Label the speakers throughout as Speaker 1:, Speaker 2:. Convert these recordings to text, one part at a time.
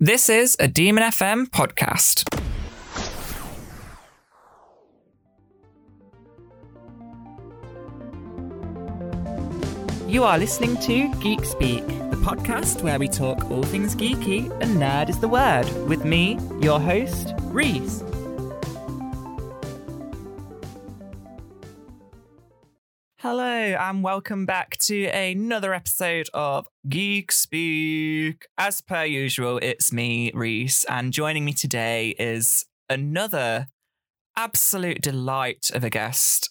Speaker 1: This is a Demon FM podcast. You are listening to Geek Speak, the podcast where we talk all things geeky and nerd is the word, with me, your host, Reese. Hello, and welcome back to another episode of Geek Speak. As per usual, it's me, Reese, and joining me today is another absolute delight of a guest.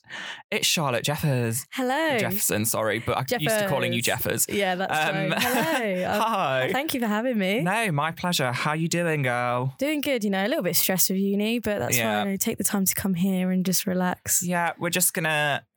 Speaker 1: It's Charlotte Jeffers.
Speaker 2: Hello.
Speaker 1: Jefferson, sorry, but I'm used to calling you Jeffers.
Speaker 2: Yeah, that's
Speaker 1: Um,
Speaker 2: right. Hello. Uh,
Speaker 1: Hi.
Speaker 2: Thank you for having me.
Speaker 1: No, my pleasure. How you doing, girl?
Speaker 2: Doing good, you know, a little bit stressed with uni, but that's
Speaker 1: Yeah.
Speaker 2: fine. I take the time to come here and just relax.
Speaker 1: Yeah, we're just gonna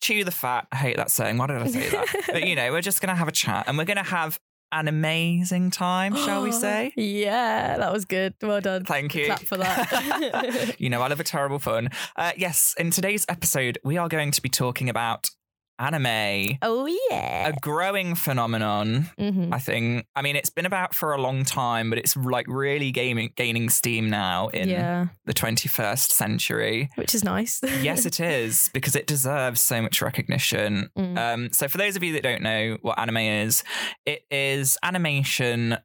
Speaker 1: chew the fat. I hate that saying. Why did I say that? but you know, we're just gonna have a chat and we're gonna have an amazing time, shall we say?
Speaker 2: yeah, that was good. Well done.
Speaker 1: Thank you.
Speaker 2: Clap for that.
Speaker 1: you know, I love a terrible pun. Uh, yes, in today's episode, we are going to be talking about anime,
Speaker 2: Oh, yeah.
Speaker 1: a growing phenomenon.
Speaker 2: hmm
Speaker 1: I think. I mean, it's been about for a long time, but it's like really gaming, gaining steam now in
Speaker 2: Yeah,
Speaker 1: the 21st century.
Speaker 2: which is nice.
Speaker 1: yes, it is because it deserves so much recognition.
Speaker 2: Mm.
Speaker 1: Um, so, for those of you that don't know what anime is, it is animation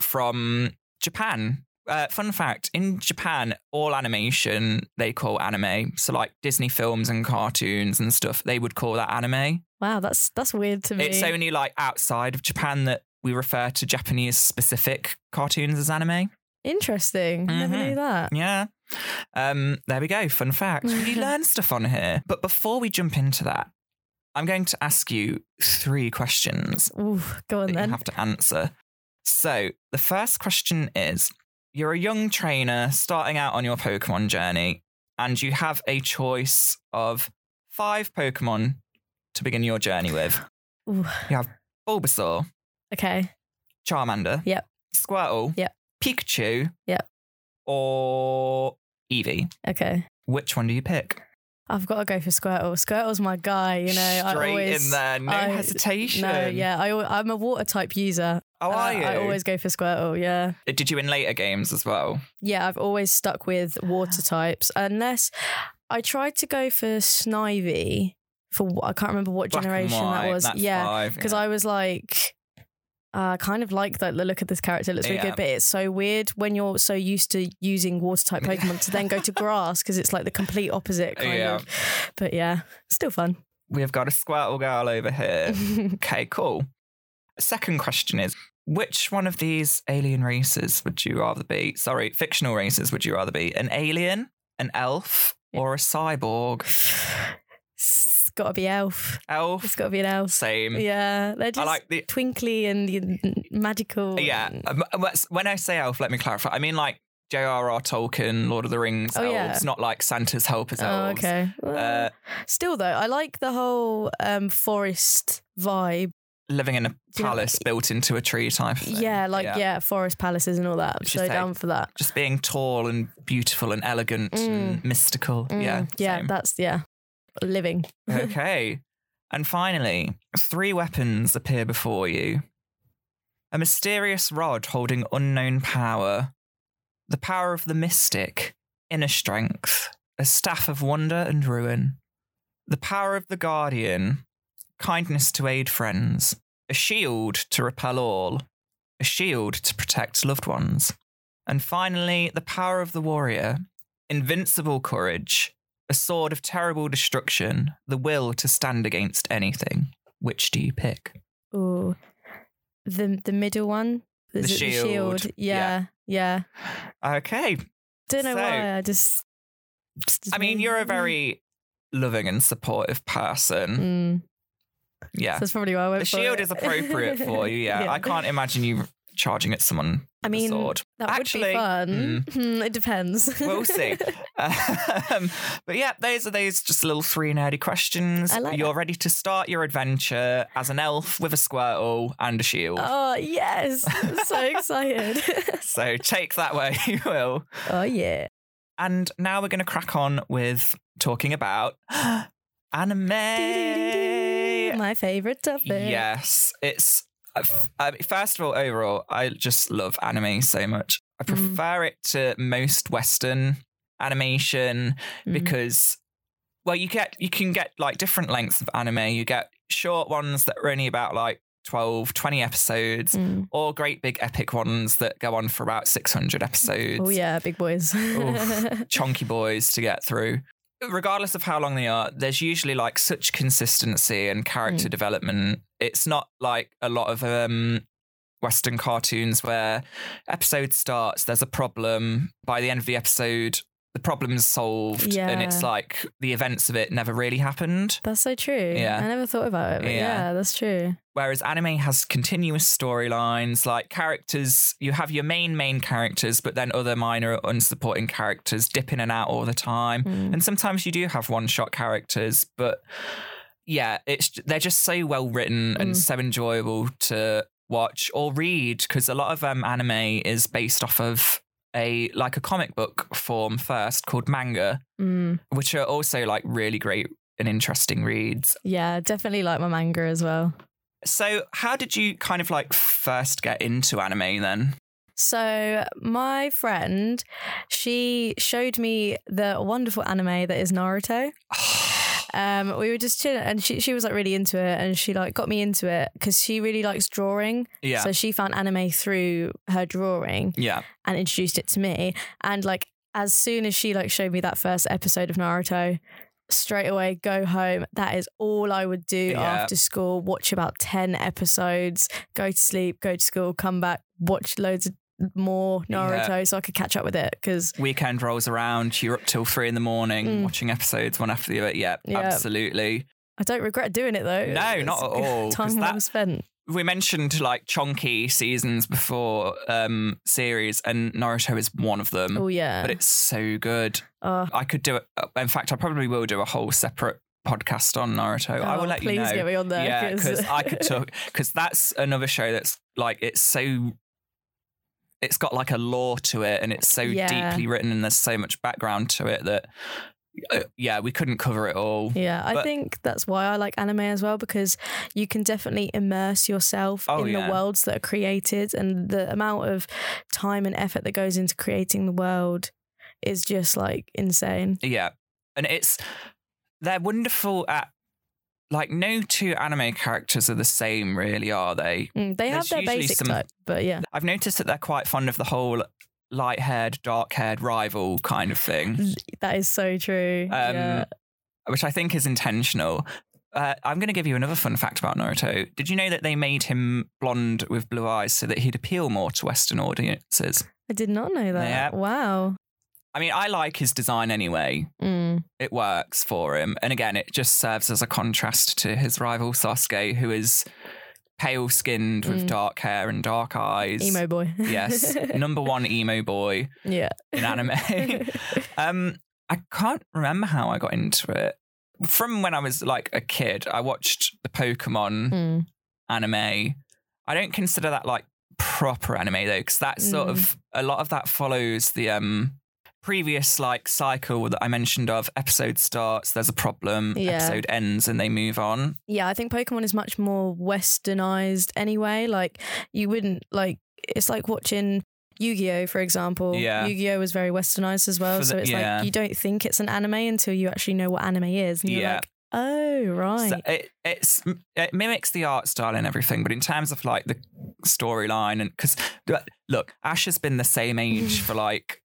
Speaker 1: from Japan. Uh, fun fact: in Japan, all animation they call anime. So, like Disney films and cartoons and stuff, they would call that anime.
Speaker 2: Wow, that's that's weird to me.
Speaker 1: It's only like outside of Japan that we refer to Japanese specific cartoons as anime.
Speaker 2: Interesting. Never
Speaker 1: Mhm.
Speaker 2: knew that.
Speaker 1: Yeah. Um, there we go. Fun fact. We learn stuff on here. But before we jump into that, I'm going to ask you three questions
Speaker 2: Ooh, go on
Speaker 1: that you
Speaker 2: then.
Speaker 1: have to answer. So the first question is you're a young trainer starting out on your Pokemon journey, and you have a choice of five Pokemon to begin your journey with.
Speaker 2: Ooh.
Speaker 1: You have Bulbasaur,
Speaker 2: Okay.
Speaker 1: Charmander.
Speaker 2: Yep.
Speaker 1: Squirtle.
Speaker 2: Yep.
Speaker 1: Pikachu.
Speaker 2: Yep.
Speaker 1: Or Eevee.
Speaker 2: Okay.
Speaker 1: Which one do you pick?
Speaker 2: I've got to go for Squirtle. Squirtle's my guy, you know.
Speaker 1: Straight
Speaker 2: I always,
Speaker 1: in there, no
Speaker 2: I-
Speaker 1: hesitation.
Speaker 2: No, yeah, I, al- I'm a water type user.
Speaker 1: How Oh, are
Speaker 2: and I,
Speaker 1: you?
Speaker 2: I always go for Squirtle. Yeah,
Speaker 1: Did you in later games as well?
Speaker 2: yeah. I've always stuck with water types, unless I tried to go for Snivy for wh- I can't remember what
Speaker 1: Black and
Speaker 2: generation
Speaker 1: white,
Speaker 2: that was.
Speaker 1: that's
Speaker 2: yeah,
Speaker 1: five,
Speaker 2: because
Speaker 1: yeah.
Speaker 2: I was like. I kind of like that the look of this character. It looks really
Speaker 1: Yeah.
Speaker 2: good, but it's so weird when you're so used to using water type Pokemon to then go to grass because it's like the complete opposite kind
Speaker 1: Yeah.
Speaker 2: of. But yeah, still fun.
Speaker 1: We've got a Squirtle girl over here. okay, cool. Second question is which one of these alien races would you rather be? Sorry, fictional races would you rather be? An alien, an elf, or a cyborg?
Speaker 2: it's got to be elf.
Speaker 1: Elf,
Speaker 2: It's got to be an elf.
Speaker 1: same.
Speaker 2: Yeah, they're just
Speaker 1: I like the
Speaker 2: twinkly and y- magical.
Speaker 1: Yeah.
Speaker 2: and-
Speaker 1: um, what's- When I say elf, let me clarify. I mean like J.R.R. Tolkien, Lord of the Rings
Speaker 2: Oh,
Speaker 1: elves,
Speaker 2: yeah.
Speaker 1: not like Santa's helpers
Speaker 2: Oh,
Speaker 1: elves.
Speaker 2: okay.
Speaker 1: Uh,
Speaker 2: Still though, I like the whole um, forest vibe.
Speaker 1: living in a
Speaker 2: you know-
Speaker 1: palace built into a tree type of thing.
Speaker 2: Yeah, like yeah. forest palaces and all that.
Speaker 1: Which is
Speaker 2: so
Speaker 1: like-
Speaker 2: down for that.
Speaker 1: Just being tall and beautiful and elegant and mystical.
Speaker 2: Mm,
Speaker 1: yeah.
Speaker 2: yeah,
Speaker 1: same.
Speaker 2: that's yeah, living.
Speaker 1: okay. And finally, three weapons appear before you a mysterious rod holding unknown power, the power of the mystic, inner strength, a staff of wonder and ruin, the power of the guardian, kindness to aid friends, a shield to repel all, a shield to protect loved ones. And finally, the power of the warrior, invincible courage, a sword of terrible destruction, the will to stand against anything. Which do you pick?
Speaker 2: Ooh, the the middle one.
Speaker 1: The
Speaker 2: Is it
Speaker 1: shield,
Speaker 2: shield?
Speaker 1: yeah.
Speaker 2: Yeah, yeah.
Speaker 1: Okay.
Speaker 2: Don't know
Speaker 1: So-
Speaker 2: why. I just. just- just
Speaker 1: I mean,
Speaker 2: me.
Speaker 1: you're a very loving and supportive person.
Speaker 2: Mm,
Speaker 1: Yeah.
Speaker 2: That's probably why I went
Speaker 1: The
Speaker 2: for
Speaker 1: shield
Speaker 2: it.
Speaker 1: is appropriate for you. Yeah. I can't imagine you charging at someone with
Speaker 2: I
Speaker 1: a
Speaker 2: mean,
Speaker 1: sword.
Speaker 2: That would
Speaker 1: Actually, Mm.
Speaker 2: be fun. Hmm, it depends.
Speaker 1: We'll see. Um, but yeah, those are those just little three nerdy questions.
Speaker 2: I like
Speaker 1: You're ready to start your adventure as an elf with a squirtle and a shield.
Speaker 2: oh yes, so excited.
Speaker 1: So take that where you will.
Speaker 2: oh yeah.
Speaker 1: And now we're going to crack on with talking about anime.
Speaker 2: My favorite topic.
Speaker 1: Yes, it's I f- I- first of all, overall, I just love anime so much. I
Speaker 2: Mm.
Speaker 1: prefer it to most Western animation
Speaker 2: Mm.
Speaker 1: because, well, you get you can get like different lengths of anime. You get short ones that are only about like 12, 20 episodes,
Speaker 2: Mm.
Speaker 1: or great big epic ones that go on for about six hundred episodes.
Speaker 2: Oh yeah, big boys.
Speaker 1: Oof. chunky boys to get through. Regardless of how long they are, there's usually like such consistency and character development. It's not like a lot of um, Western cartoons where episode starts, there's a problem. By the end of the episode, the problem's solved, and it's
Speaker 2: Yeah.
Speaker 1: like the events of it never really happened.
Speaker 2: That's so true.
Speaker 1: Yeah.
Speaker 2: I never thought about it, but
Speaker 1: Yeah.
Speaker 2: yeah, that's true.
Speaker 1: Whereas anime has continuous storylines, like characters, you have your main, main characters, but then other minor, unsupporting characters dip in and out all the time.
Speaker 2: Mm.
Speaker 1: and sometimes you do have one shot characters but yeah it's they're just so well written and
Speaker 2: Mm.
Speaker 1: so enjoyable to watch or read because a lot of um, anime is based off of a like a comic book form first called manga
Speaker 2: Mm.
Speaker 1: which are also like really great and interesting reads
Speaker 2: Yeah, definitely like my manga as well.
Speaker 1: so how did you kind of like first get into anime then
Speaker 2: So my friend, she showed me the wonderful anime that is Naruto. Um, we were just chilling, and she she was like really into it, and she like got me into it because she really likes drawing.
Speaker 1: yeah
Speaker 2: So she found anime through her drawing
Speaker 1: yeah
Speaker 2: and introduced it to me. And like as soon as she like showed me that first episode of Naruto, straight away go home. That is all I would do
Speaker 1: Yeah.
Speaker 2: after school. Watch about ten episodes, go to sleep, go to school, come back, watch loads of more Naruto so I could catch up with it because
Speaker 1: weekend rolls around you're up till three in the morning
Speaker 2: Mm.
Speaker 1: watching episodes one after the other yeah,
Speaker 2: Yeah.
Speaker 1: absolutely
Speaker 2: I don't regret doing it though.
Speaker 1: No, not
Speaker 2: It's
Speaker 1: at
Speaker 2: a good
Speaker 1: all, 'cause
Speaker 2: Time well
Speaker 1: that-
Speaker 2: spent.
Speaker 1: we mentioned like chunky seasons before um series and naruto is one of them
Speaker 2: Oh yeah.
Speaker 1: Mm. but it's so good
Speaker 2: Oh,
Speaker 1: i could do it uh, in fact i probably will do a whole separate podcast on naruto i
Speaker 2: oh,
Speaker 1: will let
Speaker 2: please
Speaker 1: you know
Speaker 2: get me on there.
Speaker 1: yeah because i could talk because that's another show that's like it's so it's got like a lore to it and it's so
Speaker 2: Yeah.
Speaker 1: deeply written and there's so much background to it that uh, yeah we couldn't cover it all
Speaker 2: Yeah, I
Speaker 1: But-
Speaker 2: think that's why I like anime as well because you can definitely immerse yourself
Speaker 1: Oh,
Speaker 2: in
Speaker 1: yeah.
Speaker 2: the worlds that are created and the amount of time and effort that goes into creating the world is just like insane.
Speaker 1: Yeah. And it's they're wonderful at like no two anime characters are the same really, are they?
Speaker 2: Mm, they
Speaker 1: There's
Speaker 2: have their
Speaker 1: usually
Speaker 2: basic
Speaker 1: some-
Speaker 2: type, but yeah.
Speaker 1: I've noticed that they're quite fond of the whole light-haired, dark-haired rival kind of thing,
Speaker 2: That is so true.
Speaker 1: Um,
Speaker 2: yeah.
Speaker 1: which I think is intentional. Uh, I'm going to give you another fun fact about Naruto. Did you know that they made him blonde with blue eyes so that he'd appeal more to Western audiences?
Speaker 2: I did not know that.
Speaker 1: yeah.
Speaker 2: Wow.
Speaker 1: I mean, I like his design anyway.
Speaker 2: Mm.
Speaker 1: it works for him. And again, it just serves as a contrast to his rival Sasuke, who is pale skinned with
Speaker 2: Mm.
Speaker 1: dark hair and dark eyes.
Speaker 2: Emo boy.
Speaker 1: yes, number one emo boy
Speaker 2: yeah.
Speaker 1: in anime. um, I can't remember how I got into it. From when I was like a kid, I watched the Pokemon
Speaker 2: Mm.
Speaker 1: anime. I don't consider that like proper anime though, because that sort
Speaker 2: Mm.
Speaker 1: of a lot of that follows the um previous like cycle that I mentioned of episode starts, there's a problem,
Speaker 2: Yeah.
Speaker 1: episode ends, and they move on.
Speaker 2: yeah, I think Pokemon is much more westernized anyway. Like you wouldn't like it's like watching Yu-Gi-Oh, for example.
Speaker 1: Yeah.
Speaker 2: Yu-Gi-Oh was very westernized as well.
Speaker 1: For
Speaker 2: so
Speaker 1: the-
Speaker 2: it's
Speaker 1: yeah.
Speaker 2: like you don't think it's an anime until you actually know what anime is. And you're
Speaker 1: Yeah.
Speaker 2: like, oh right.
Speaker 1: So it it's it mimics the art style and everything, but in terms of like the storyline and because look, Ash has been the same age for like.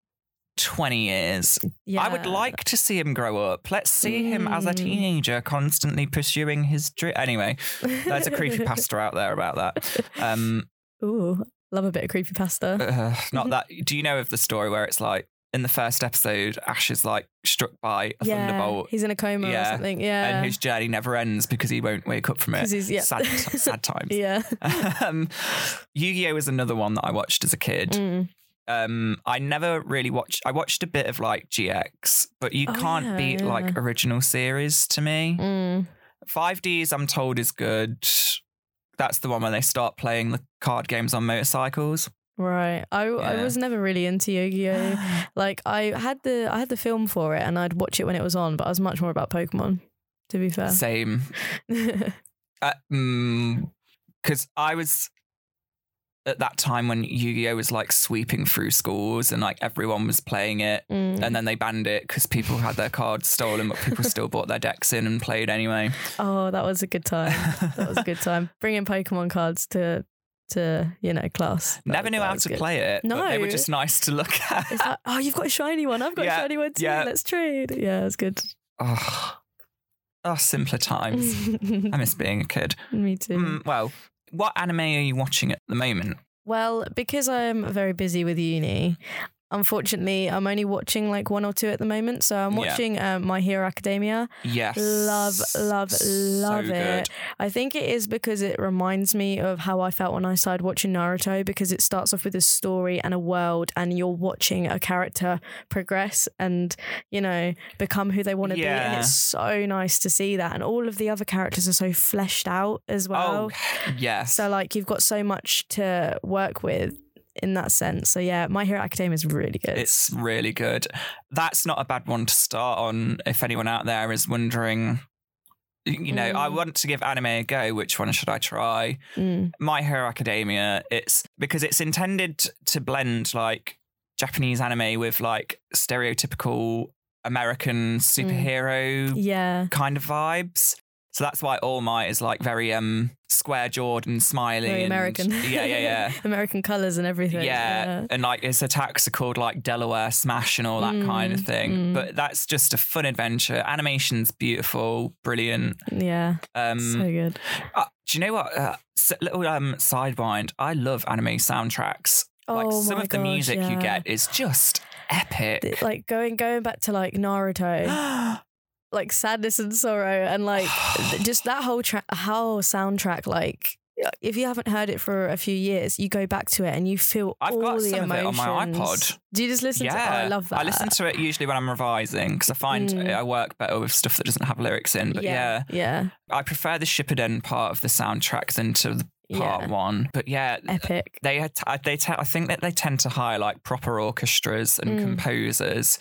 Speaker 1: 20 years.
Speaker 2: yeah.
Speaker 1: I would like to see him grow up. Let's see him as a
Speaker 2: Mm.
Speaker 1: teenager constantly pursuing his dream. Anyway, There's a creepy pasta out there about that. Um,
Speaker 2: Ooh, love a bit of creepy pasta.
Speaker 1: uh, not that. Do you know of the story where it's like in the first episode, Ash is like struck by a
Speaker 2: yeah.
Speaker 1: thunderbolt,
Speaker 2: He's in a coma
Speaker 1: Yeah.
Speaker 2: or something. Yeah.
Speaker 1: and his journey never ends because he won't wake up from
Speaker 2: 'Cause
Speaker 1: it.
Speaker 2: he's yeah.
Speaker 1: Sad, sad times.
Speaker 2: yeah.
Speaker 1: um, Yu-Gi-Oh is another one that I watched as a kid.
Speaker 2: Mm.
Speaker 1: Um, I never really watched. I watched a bit of like GX, but you
Speaker 2: Oh,
Speaker 1: can't
Speaker 2: yeah,
Speaker 1: beat like
Speaker 2: yeah.
Speaker 1: original series to me.
Speaker 2: Mm.
Speaker 1: Five Ds, I'm told, is good. That's the one where they start playing the card games on motorcycles.
Speaker 2: Right. I,
Speaker 1: Yeah.
Speaker 2: I was never really into Yu-Gi-Oh. Like I had the I had the film for it and I'd watch it when it was on, but I was much more about Pokemon, to be fair.
Speaker 1: Same. Uh, mm, because I was at that time when Yu Gi Oh was like sweeping through schools and like everyone was playing it.
Speaker 2: Mm.
Speaker 1: And then they banned it because people had their cards stolen, but people still bought their decks in and played anyway.
Speaker 2: Oh, that was a good time. That was a good time. Bringing Pokemon cards to to you know class. That
Speaker 1: Never
Speaker 2: was-
Speaker 1: knew
Speaker 2: that
Speaker 1: how
Speaker 2: was
Speaker 1: to
Speaker 2: good.
Speaker 1: play it. but they were
Speaker 2: No.
Speaker 1: just nice to look at.
Speaker 2: It's like, oh, you've got a shiny one. I've got
Speaker 1: Yeah,
Speaker 2: a shiny one too.
Speaker 1: yeah.
Speaker 2: Let's trade. Yeah, it's good.
Speaker 1: oh, oh, simpler times. I miss being a kid.
Speaker 2: Me too.
Speaker 1: Mm, well, what anime are you watching at the moment?
Speaker 2: Well, because I'm very busy with uni, unfortunately, I'm only watching like one or two at the moment. So I'm
Speaker 1: Yeah.
Speaker 2: watching um, My Hero Academia.
Speaker 1: Yes.
Speaker 2: Love, love, love
Speaker 1: so
Speaker 2: it. I think it is because it reminds me of how I felt when I started watching Naruto because it starts off with a story and a world, and you're watching a character progress and, you know, become who they want to be.
Speaker 1: Yeah.
Speaker 2: And it's so nice to see that. And all of the other characters are so fleshed out as
Speaker 1: Good.
Speaker 2: well.
Speaker 1: oh, yes.
Speaker 2: So, like, you've got so much to work with in that sense. So, yeah, My Hero Academia is really good.
Speaker 1: It's really good. That's not a bad one to start on if anyone out there is wondering. You know, I
Speaker 2: Mm.
Speaker 1: want to give anime a go. Which one should I try?
Speaker 2: Mm.
Speaker 1: My Hero Academia. It's because it's intended to blend like Japanese anime with like stereotypical American superhero
Speaker 2: Mm. Yeah.
Speaker 1: kind of vibes. So that's why All Might is like very um square jawed and smiley.
Speaker 2: Very
Speaker 1: and-
Speaker 2: American.
Speaker 1: Yeah, yeah, yeah.
Speaker 2: American colours and
Speaker 1: Yeah.
Speaker 2: everything.
Speaker 1: and like its attacks are called like Delaware Smash and all that kind of
Speaker 2: Uh, Mm,
Speaker 1: thing.
Speaker 2: mm.
Speaker 1: But that's just a fun adventure. Animation's beautiful, brilliant.
Speaker 2: Uh, Yeah.
Speaker 1: Um,
Speaker 2: so good.
Speaker 1: uh, do you know what? Uh, s- little um sidewind. I love anime soundtracks. like
Speaker 2: oh
Speaker 1: some
Speaker 2: my
Speaker 1: of the
Speaker 2: gosh,
Speaker 1: music you
Speaker 2: yeah.
Speaker 1: get is just
Speaker 2: Th-
Speaker 1: epic.
Speaker 2: Like going going back to like Naruto, like sadness and sorrow, and like th- just that whole track, whole soundtrack. Like if you haven't heard it for a few years, you go back to it and you feel
Speaker 1: I've
Speaker 2: all
Speaker 1: got
Speaker 2: the
Speaker 1: some of it on
Speaker 2: emotions.
Speaker 1: my iPod.
Speaker 2: Do you just listen
Speaker 1: yeah,
Speaker 2: to? Oh, I love that.
Speaker 1: I listen to it usually when I'm revising because I find
Speaker 2: Mm.
Speaker 1: I work better with stuff that doesn't have lyrics in. But yeah,
Speaker 2: yeah, yeah,
Speaker 1: I prefer the Shippuden part of the soundtrack than to the part
Speaker 2: yeah.
Speaker 1: one. But yeah,
Speaker 2: Epic.
Speaker 1: they had- I- they te- I think that they tend to hire like proper orchestras and
Speaker 2: Mm.
Speaker 1: composers,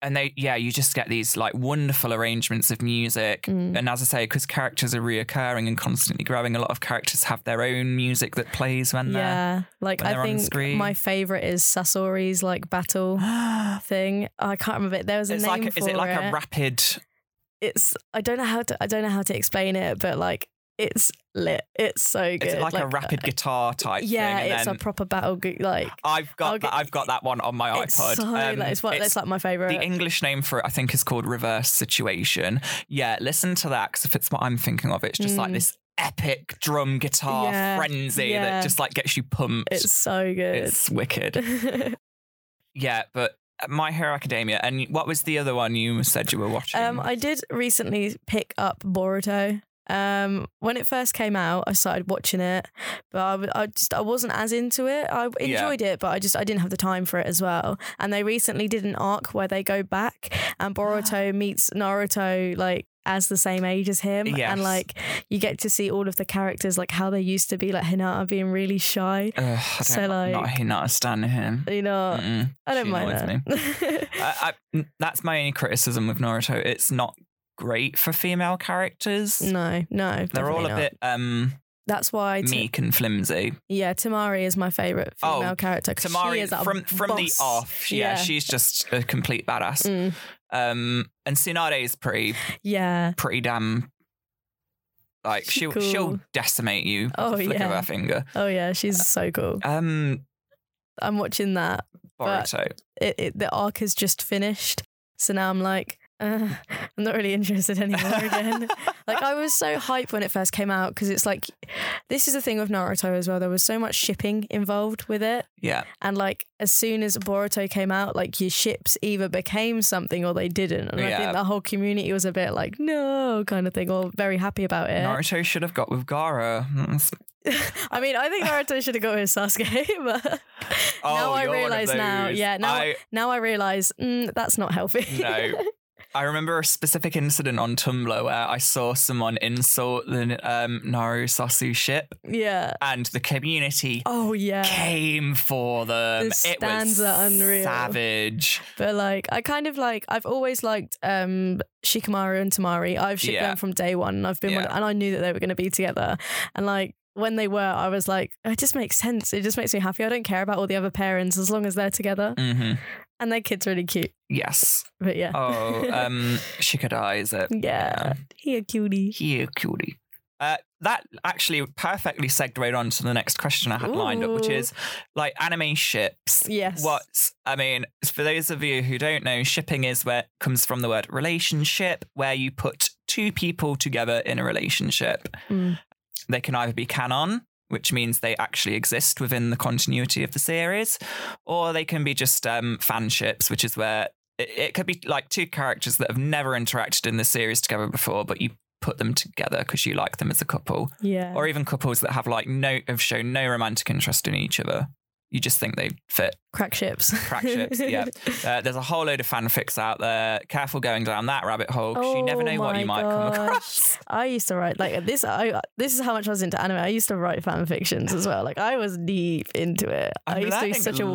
Speaker 1: and they yeah you just get these like wonderful arrangements of music.
Speaker 2: Mm.
Speaker 1: And as I say, because characters are reoccurring and constantly growing, a lot of characters have their own music that plays when
Speaker 2: Yeah, like
Speaker 1: uh, when they're
Speaker 2: I
Speaker 1: on the
Speaker 2: think
Speaker 1: screen.
Speaker 2: my favorite is Sasori's like battle
Speaker 1: they're.
Speaker 2: thing. I can't remember it. There was a
Speaker 1: It's
Speaker 2: name
Speaker 1: like
Speaker 2: for
Speaker 1: is it like a rapid?
Speaker 2: it's I don't know how to I don't know how to explain it, but like it's lit. It's so good.
Speaker 1: Is it like, a rapid guitar type
Speaker 2: Yeah,
Speaker 1: thing? and
Speaker 2: it's
Speaker 1: then-
Speaker 2: a proper battle. gu- Like
Speaker 1: I've got
Speaker 2: I'll
Speaker 1: that,
Speaker 2: get-
Speaker 1: I've got that one on my
Speaker 2: it's
Speaker 1: iPod.
Speaker 2: so
Speaker 1: Um,
Speaker 2: like it's what that's like my favorite.
Speaker 1: the English name for it, I think, is called reverse situation. Yeah, listen to that because if it's what I'm thinking of, it's just like
Speaker 2: Mm.
Speaker 1: this epic drum guitar
Speaker 2: Yeah,
Speaker 1: frenzy that
Speaker 2: yeah.
Speaker 1: just like gets you pumped.
Speaker 2: it's so good.
Speaker 1: It's wicked. Yeah, but uh, My Hero Academia. And what was the other one you said you were watching?
Speaker 2: um, I did recently pick up Boruto. Um, when it first came out, I started watching it, but I, w- I just I wasn't as into it. I
Speaker 1: Yeah.
Speaker 2: enjoyed it, but I just I didn't have the time for it as well. And they recently did an arc where they go back and Boruto meets Naruto like as the same age as him,
Speaker 1: Yes.
Speaker 2: and like you get to see all of the characters like how they used to be, like Hinata being really shy.
Speaker 1: Ugh, I don't,
Speaker 2: so,
Speaker 1: I'm not,
Speaker 2: like-
Speaker 1: I'm not a stan of him.
Speaker 2: You know,
Speaker 1: Mm-mm.
Speaker 2: I don't
Speaker 1: Mm, she
Speaker 2: mind
Speaker 1: annoys Uh,
Speaker 2: that.
Speaker 1: I, I, that's my only criticism with Naruto. It's not great for female characters.
Speaker 2: no, no,
Speaker 1: They're all
Speaker 2: definitely
Speaker 1: a
Speaker 2: not.
Speaker 1: bit um,
Speaker 2: That's why to
Speaker 1: meek and flimsy.
Speaker 2: Yeah, Tamari is my favorite
Speaker 1: Oh,
Speaker 2: female character. 'cause she
Speaker 1: Tamari
Speaker 2: is a
Speaker 1: from from the
Speaker 2: boss.
Speaker 1: off, yeah,
Speaker 2: Yeah.
Speaker 1: she's just a complete badass.
Speaker 2: Mm,
Speaker 1: Um, and Tsunade is pretty
Speaker 2: yeah,
Speaker 1: pretty damn. Like
Speaker 2: She
Speaker 1: she'll
Speaker 2: cool.
Speaker 1: she'll decimate you with
Speaker 2: Oh,
Speaker 1: a flick of
Speaker 2: yeah.
Speaker 1: her finger.
Speaker 2: oh yeah, she's so cool.
Speaker 1: Um,
Speaker 2: I'm watching that. But-
Speaker 1: Boruto.
Speaker 2: It, it, the arc has just finished, so now I'm like, uh, I'm not really interested anymore again. like uh, I was so hyped when it first came out because it's like, this is the thing with Naruto as well. There was so much shipping involved with it,
Speaker 1: yeah,
Speaker 2: and like as soon as Boruto came out, like your ships either became something or they didn't. And I
Speaker 1: Yeah.
Speaker 2: think the whole community was a bit like, no, kind of thing, or very happy about it.
Speaker 1: Naruto should have got with Gara. Mm,
Speaker 2: I mean, I think Naruto should have got with Sasuke, but
Speaker 1: Oh,
Speaker 2: Now I
Speaker 1: you're one of
Speaker 2: realise now,
Speaker 1: those.
Speaker 2: yeah, now
Speaker 1: I,
Speaker 2: now I realise mm, that's not healthy.
Speaker 1: No. I remember a specific incident on Tumblr where I saw someone insult the um, Naru Sasu ship,
Speaker 2: yeah.
Speaker 1: and the community
Speaker 2: Oh yeah.
Speaker 1: came for them.
Speaker 2: The
Speaker 1: it was
Speaker 2: stands are unreal.
Speaker 1: savage.
Speaker 2: But like, I kind of like. I've always liked um Shikamaru and Tamari. I've shipped
Speaker 1: Yeah.
Speaker 2: them from day one. and I've been, one,
Speaker 1: Yeah.
Speaker 2: and I knew that they were going to be together. And like when they were, I was like, "Oh, it just makes sense. It just makes me happy. I don't care about all the other parents as long as they're together.
Speaker 1: hmm
Speaker 2: And their kid's really cute.
Speaker 1: Yes.
Speaker 2: But yeah.
Speaker 1: Oh, um, Shikadai, is it?
Speaker 2: yeah. He a cutie.
Speaker 1: Here, cutie. Uh, that actually perfectly segued right on to the next question I had lined up, which
Speaker 2: Ooh.
Speaker 1: is like anime ships.
Speaker 2: Yes.
Speaker 1: What's I mean, for those of you who don't know, shipping is where comes from the word relationship, where you put two people together in a relationship.
Speaker 2: Mm.
Speaker 1: They can either be canon, which means they actually exist within the continuity of the series, or they can be just um, fanships, which is where it, it could be like two characters that have never interacted in the series together before, but you put them together because you like them as a couple,
Speaker 2: Yeah.
Speaker 1: or even couples that have like no have shown no romantic interest in each other. You just think they fit.
Speaker 2: crack ships.
Speaker 1: Crack ships, yeah. Uh, there's a whole load of fanfics out there. Careful going down that rabbit hole 'cause you never
Speaker 2: Oh
Speaker 1: know what you
Speaker 2: my
Speaker 1: might come
Speaker 2: gosh.
Speaker 1: across.
Speaker 2: I used to write like this. I this is how much I was into anime. I used to write fan fictions as well. Like I was deep into it. i
Speaker 1: I'm
Speaker 2: used to be
Speaker 1: learning
Speaker 2: such a
Speaker 1: a l-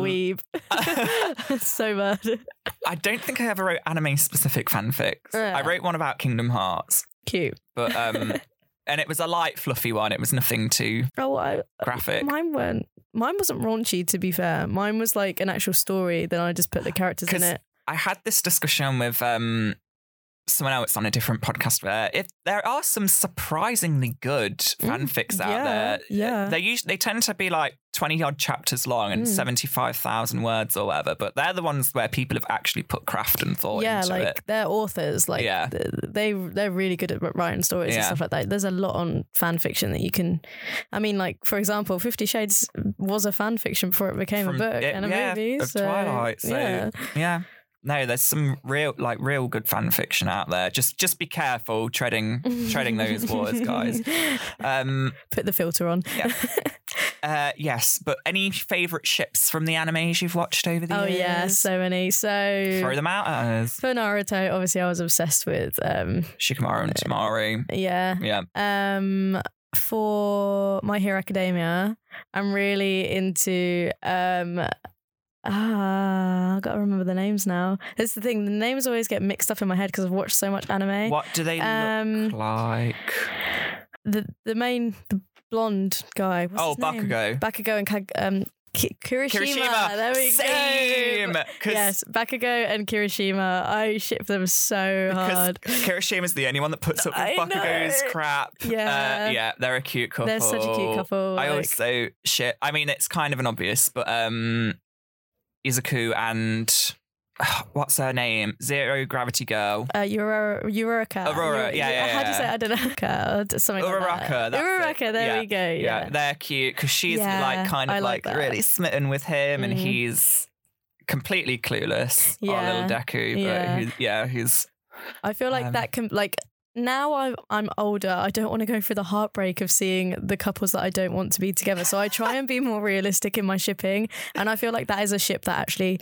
Speaker 2: weeb. so bad.
Speaker 1: I don't think I ever wrote anime specific fanfics.
Speaker 2: Yeah.
Speaker 1: I wrote one about Kingdom Hearts,
Speaker 2: Cute.
Speaker 1: but um, and it was a light, fluffy one. It was nothing too
Speaker 2: Oh, I,
Speaker 1: graphic.
Speaker 2: mine weren't. Mine wasn't raunchy. To be fair, mine was like an actual story. Then I just put the characters in
Speaker 1: 'Cause-
Speaker 2: it.
Speaker 1: I had this discussion with um someone else on a different podcast where if there are some surprisingly good fanfics out
Speaker 2: Mm, yeah,
Speaker 1: there.
Speaker 2: yeah.
Speaker 1: They usually they tend to be like 20 odd chapters long and
Speaker 2: Mm.
Speaker 1: 75,000 words or whatever, but they're the ones where people have actually put craft and thought
Speaker 2: yeah,
Speaker 1: into
Speaker 2: like
Speaker 1: it.
Speaker 2: they're authors. Like
Speaker 1: Yeah.
Speaker 2: th- they they're really good at writing stories and
Speaker 1: Yeah.
Speaker 2: stuff like that. There's a lot on fan fiction that you can. I mean, like for example, Fifty Shades was a fan fiction before it became
Speaker 1: From-
Speaker 2: a book
Speaker 1: yeah,
Speaker 2: and a
Speaker 1: yeah,
Speaker 2: movie.
Speaker 1: of
Speaker 2: so,
Speaker 1: Twilight, so-
Speaker 2: yeah,
Speaker 1: Yeah. No, there's some real like real good fan fiction out there. Just just be careful treading treading those waters, guys. Um
Speaker 2: Put the filter on.
Speaker 1: Yeah. uh yes, but any favorite ships from the animes you've watched over the
Speaker 2: oh
Speaker 1: years?
Speaker 2: yeah, so many. So
Speaker 1: Throw them out at us.
Speaker 2: for Naruto, obviously, I was obsessed with. Um,
Speaker 1: Shikamaru and Tamaru.
Speaker 2: yeah.
Speaker 1: Yeah.
Speaker 2: Um, for My Hero Academia, I'm really into um. Ah, I gotta remember the names now. That's the thing; the names always get mixed up in my head because I've watched so much anime.
Speaker 1: What do they
Speaker 2: Um,
Speaker 1: look like?
Speaker 2: The the main the blonde guy. What's
Speaker 1: Oh,
Speaker 2: his name?
Speaker 1: Bakugo.
Speaker 2: Bakugo and Kag- um Ki- Kirishima.
Speaker 1: Kirishima.
Speaker 2: There we
Speaker 1: Same.
Speaker 2: go.
Speaker 1: 'Cause-
Speaker 2: Yes, Bakugo and Kirishima. I ship them so
Speaker 1: Because
Speaker 2: hard.
Speaker 1: Kirishima's the only one that puts up with
Speaker 2: I know.
Speaker 1: Bakugo's crap.
Speaker 2: Yeah.
Speaker 1: Uh, yeah, they're a cute couple.
Speaker 2: They're such a cute couple.
Speaker 1: Oh, I
Speaker 2: like-
Speaker 1: also shit. I mean, it's kind of an obvious, but um, Izuku and what's her name? Zero Gravity Girl.
Speaker 2: Uh, Aurora, Eureka.
Speaker 1: Aurora,
Speaker 2: Euro-
Speaker 1: yeah, yeah,
Speaker 2: How do you
Speaker 1: yeah.
Speaker 2: say? I don't know. Eureka or Something like
Speaker 1: Uraraka,
Speaker 2: that.
Speaker 1: that's it.
Speaker 2: Uraraka, There we go. Yeah.
Speaker 1: yeah, they're cute because she's
Speaker 2: Yeah,
Speaker 1: like kind
Speaker 2: I
Speaker 1: of
Speaker 2: like
Speaker 1: like,
Speaker 2: that.
Speaker 1: really smitten with him, and
Speaker 2: Mm.
Speaker 1: he's completely clueless. Our
Speaker 2: Yeah.
Speaker 1: little Deku, but
Speaker 2: Yeah.
Speaker 1: He's, yeah, he's
Speaker 2: I feel like
Speaker 1: Um,
Speaker 2: that can like now I'm I'm older. I don't want to go through the heartbreak of seeing the couples that I don't want to be together. So I try and be more realistic in my shipping, and I feel like that is a ship that actually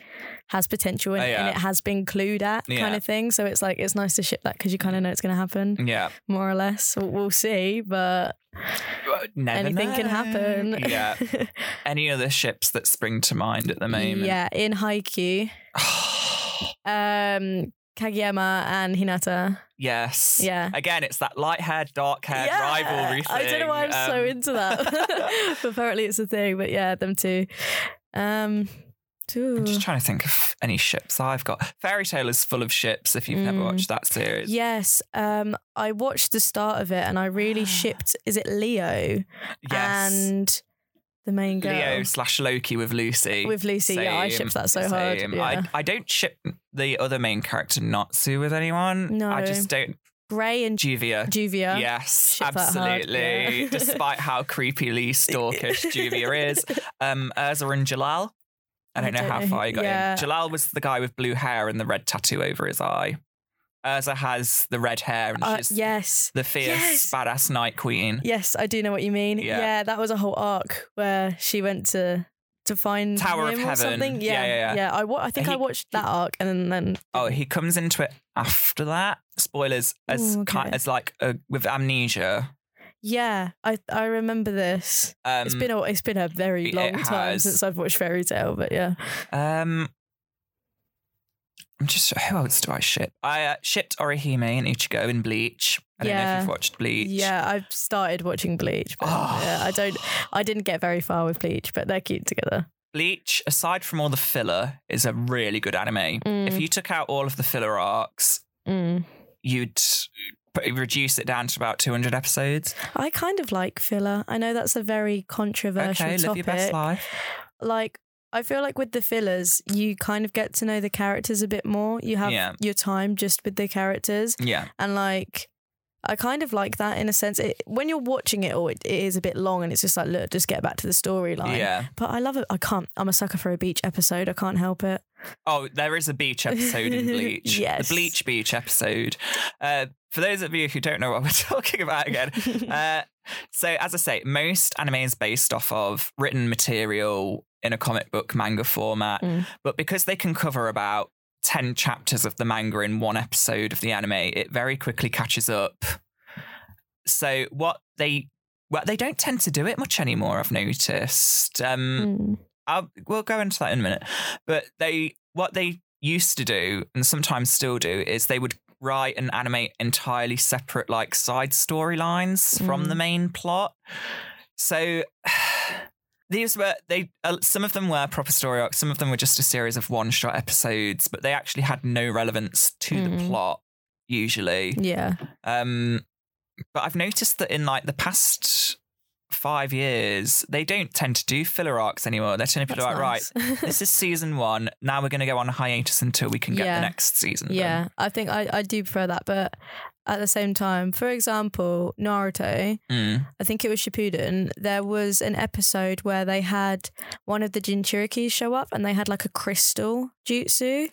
Speaker 2: has potential and,
Speaker 1: Oh, yeah.
Speaker 2: and it has been clued at kind
Speaker 1: Yeah.
Speaker 2: of thing. So it's like it's nice to ship that because you kind of know it's going to happen
Speaker 1: yeah.
Speaker 2: more or less. We'll, we'll see, but
Speaker 1: Well, never
Speaker 2: anything can
Speaker 1: know.
Speaker 2: happen.
Speaker 1: Yeah. Any other ships that spring to mind at the moment?
Speaker 2: yeah. In Haikyuu. um Kageyama and Hinata.
Speaker 1: yes.
Speaker 2: Yeah.
Speaker 1: Again, it's that light-haired, dark-haired
Speaker 2: Yeah,
Speaker 1: rivalry thing.
Speaker 2: I don't know why I'm so
Speaker 1: Um,
Speaker 2: into that. but apparently it's a thing, but yeah, them two. Um
Speaker 1: I'm
Speaker 2: two.
Speaker 1: just trying to think of any ships I've got. Fairy Tale is full of ships. If you've never
Speaker 2: Mm.
Speaker 1: watched that series,
Speaker 2: Yes, um, I watched the start of it and I really shipped. Is it Leo
Speaker 1: yes.
Speaker 2: and the main girl
Speaker 1: Leo slash Loki with Lucy.
Speaker 2: with Lucy? yeah, I
Speaker 1: Same,
Speaker 2: shipped that so hard.
Speaker 1: same.
Speaker 2: Yeah.
Speaker 1: I, I don't ship the other main character Natsu with anyone.
Speaker 2: No.
Speaker 1: I just don't.
Speaker 2: Grey and
Speaker 1: Juvia.
Speaker 2: Juvia.
Speaker 1: Yes,
Speaker 2: Ship that hard,
Speaker 1: absolutely.
Speaker 2: yeah.
Speaker 1: Despite how creepily stalkish Juvia is, um, Urza and Jalal. I don't, know how far you got
Speaker 2: yeah.
Speaker 1: in. Jalal was the guy with blue hair and the red tattoo over his eye. Urza has the red hair and
Speaker 2: Uh,
Speaker 1: she's
Speaker 2: yes.
Speaker 1: the fierce,
Speaker 2: Yes.
Speaker 1: badass night queen.
Speaker 2: Yes, I do know what you mean. Yeah,
Speaker 1: Yeah.
Speaker 2: that was a whole arc where she went to to find
Speaker 1: Tower of
Speaker 2: him or
Speaker 1: Heaven.
Speaker 2: something.
Speaker 1: Yeah,
Speaker 2: Yeah,
Speaker 1: yeah, yeah.
Speaker 2: I, wa- I think
Speaker 1: He-
Speaker 2: I watched that arc and then, then
Speaker 1: Oh, he comes into it after that. Spoilers as
Speaker 2: Ooh,
Speaker 1: ki
Speaker 2: okay.
Speaker 1: as like uh, with amnesia.
Speaker 2: yeah, I I remember this.
Speaker 1: Um,
Speaker 2: it's been a it's been a very
Speaker 1: it
Speaker 2: long time
Speaker 1: has.
Speaker 2: since I've watched Fairy Tale, but yeah,
Speaker 1: um, I'm just who else do I ship? I uh, shipped Orihime and Ichigo in Bleach. I don't know
Speaker 2: Yeah.
Speaker 1: if you've watched Bleach.
Speaker 2: Yeah, I've started watching Bleach, but
Speaker 1: Oh.
Speaker 2: yeah, I don't. I didn't get very far with Bleach, but they're cute together.
Speaker 1: Bleach, aside from all the filler, is a really good anime.
Speaker 2: Mm.
Speaker 1: If you took out all of the filler arcs,
Speaker 2: Mm.
Speaker 1: you'd p- reduce it down to about 200 episodes.
Speaker 2: I kind of like filler. I know that's a very controversial
Speaker 1: okay,
Speaker 2: topic.
Speaker 1: live your best life.
Speaker 2: Like, I feel like with the fillers, you kind of get to know the characters a bit more. You have
Speaker 1: Yeah.
Speaker 2: your time just with the characters,
Speaker 1: Yeah,
Speaker 2: and like, I kind of like that in a sense. It, when you're watching it, or it, it is a bit long, and it's just like, look, just get back to the storyline.
Speaker 1: yeah.
Speaker 2: But I love it. I can't. I'm a sucker for a beach episode. I can't help it.
Speaker 1: Oh, there is a beach episode in Bleach.
Speaker 2: Yes.
Speaker 1: The Bleach Beach episode. Uh, for those of you who don't know what we're talking about again, uh, so as I say, most anime is based off of written material in a comic book manga format,
Speaker 2: Mm.
Speaker 1: but because they can cover about 10 chapters of the manga in one episode of the anime, it very quickly catches up. So what they well, they don't tend to do it much anymore, I've noticed. Um,
Speaker 2: Mm.
Speaker 1: I'll, we'll go into that in a minute. But they, what they used to do, and sometimes still do, is they would write and animate entirely separate, like side storylines from
Speaker 2: Mm.
Speaker 1: the main plot. So these were they. Uh, some of them were proper story arcs. Some of them were just a series of one-shot episodes, but they actually had no relevance to the
Speaker 2: Mm.
Speaker 1: plot usually.
Speaker 2: Yeah.
Speaker 1: Um, but I've noticed that in like the past five years, they don't tend to do filler arcs anymore. They're tending to be like, right,
Speaker 2: right.
Speaker 1: this is season one. Now we're going to go on hiatus until we can get
Speaker 2: Yeah.
Speaker 1: the next season. done."
Speaker 2: yeah, I think I, I do prefer that. But at the same time, for example, Naruto,
Speaker 1: Mm.
Speaker 2: I think it was Shippuden, there was an episode where they had one of the Jinchurikis show up and they had like a crystal jutsu.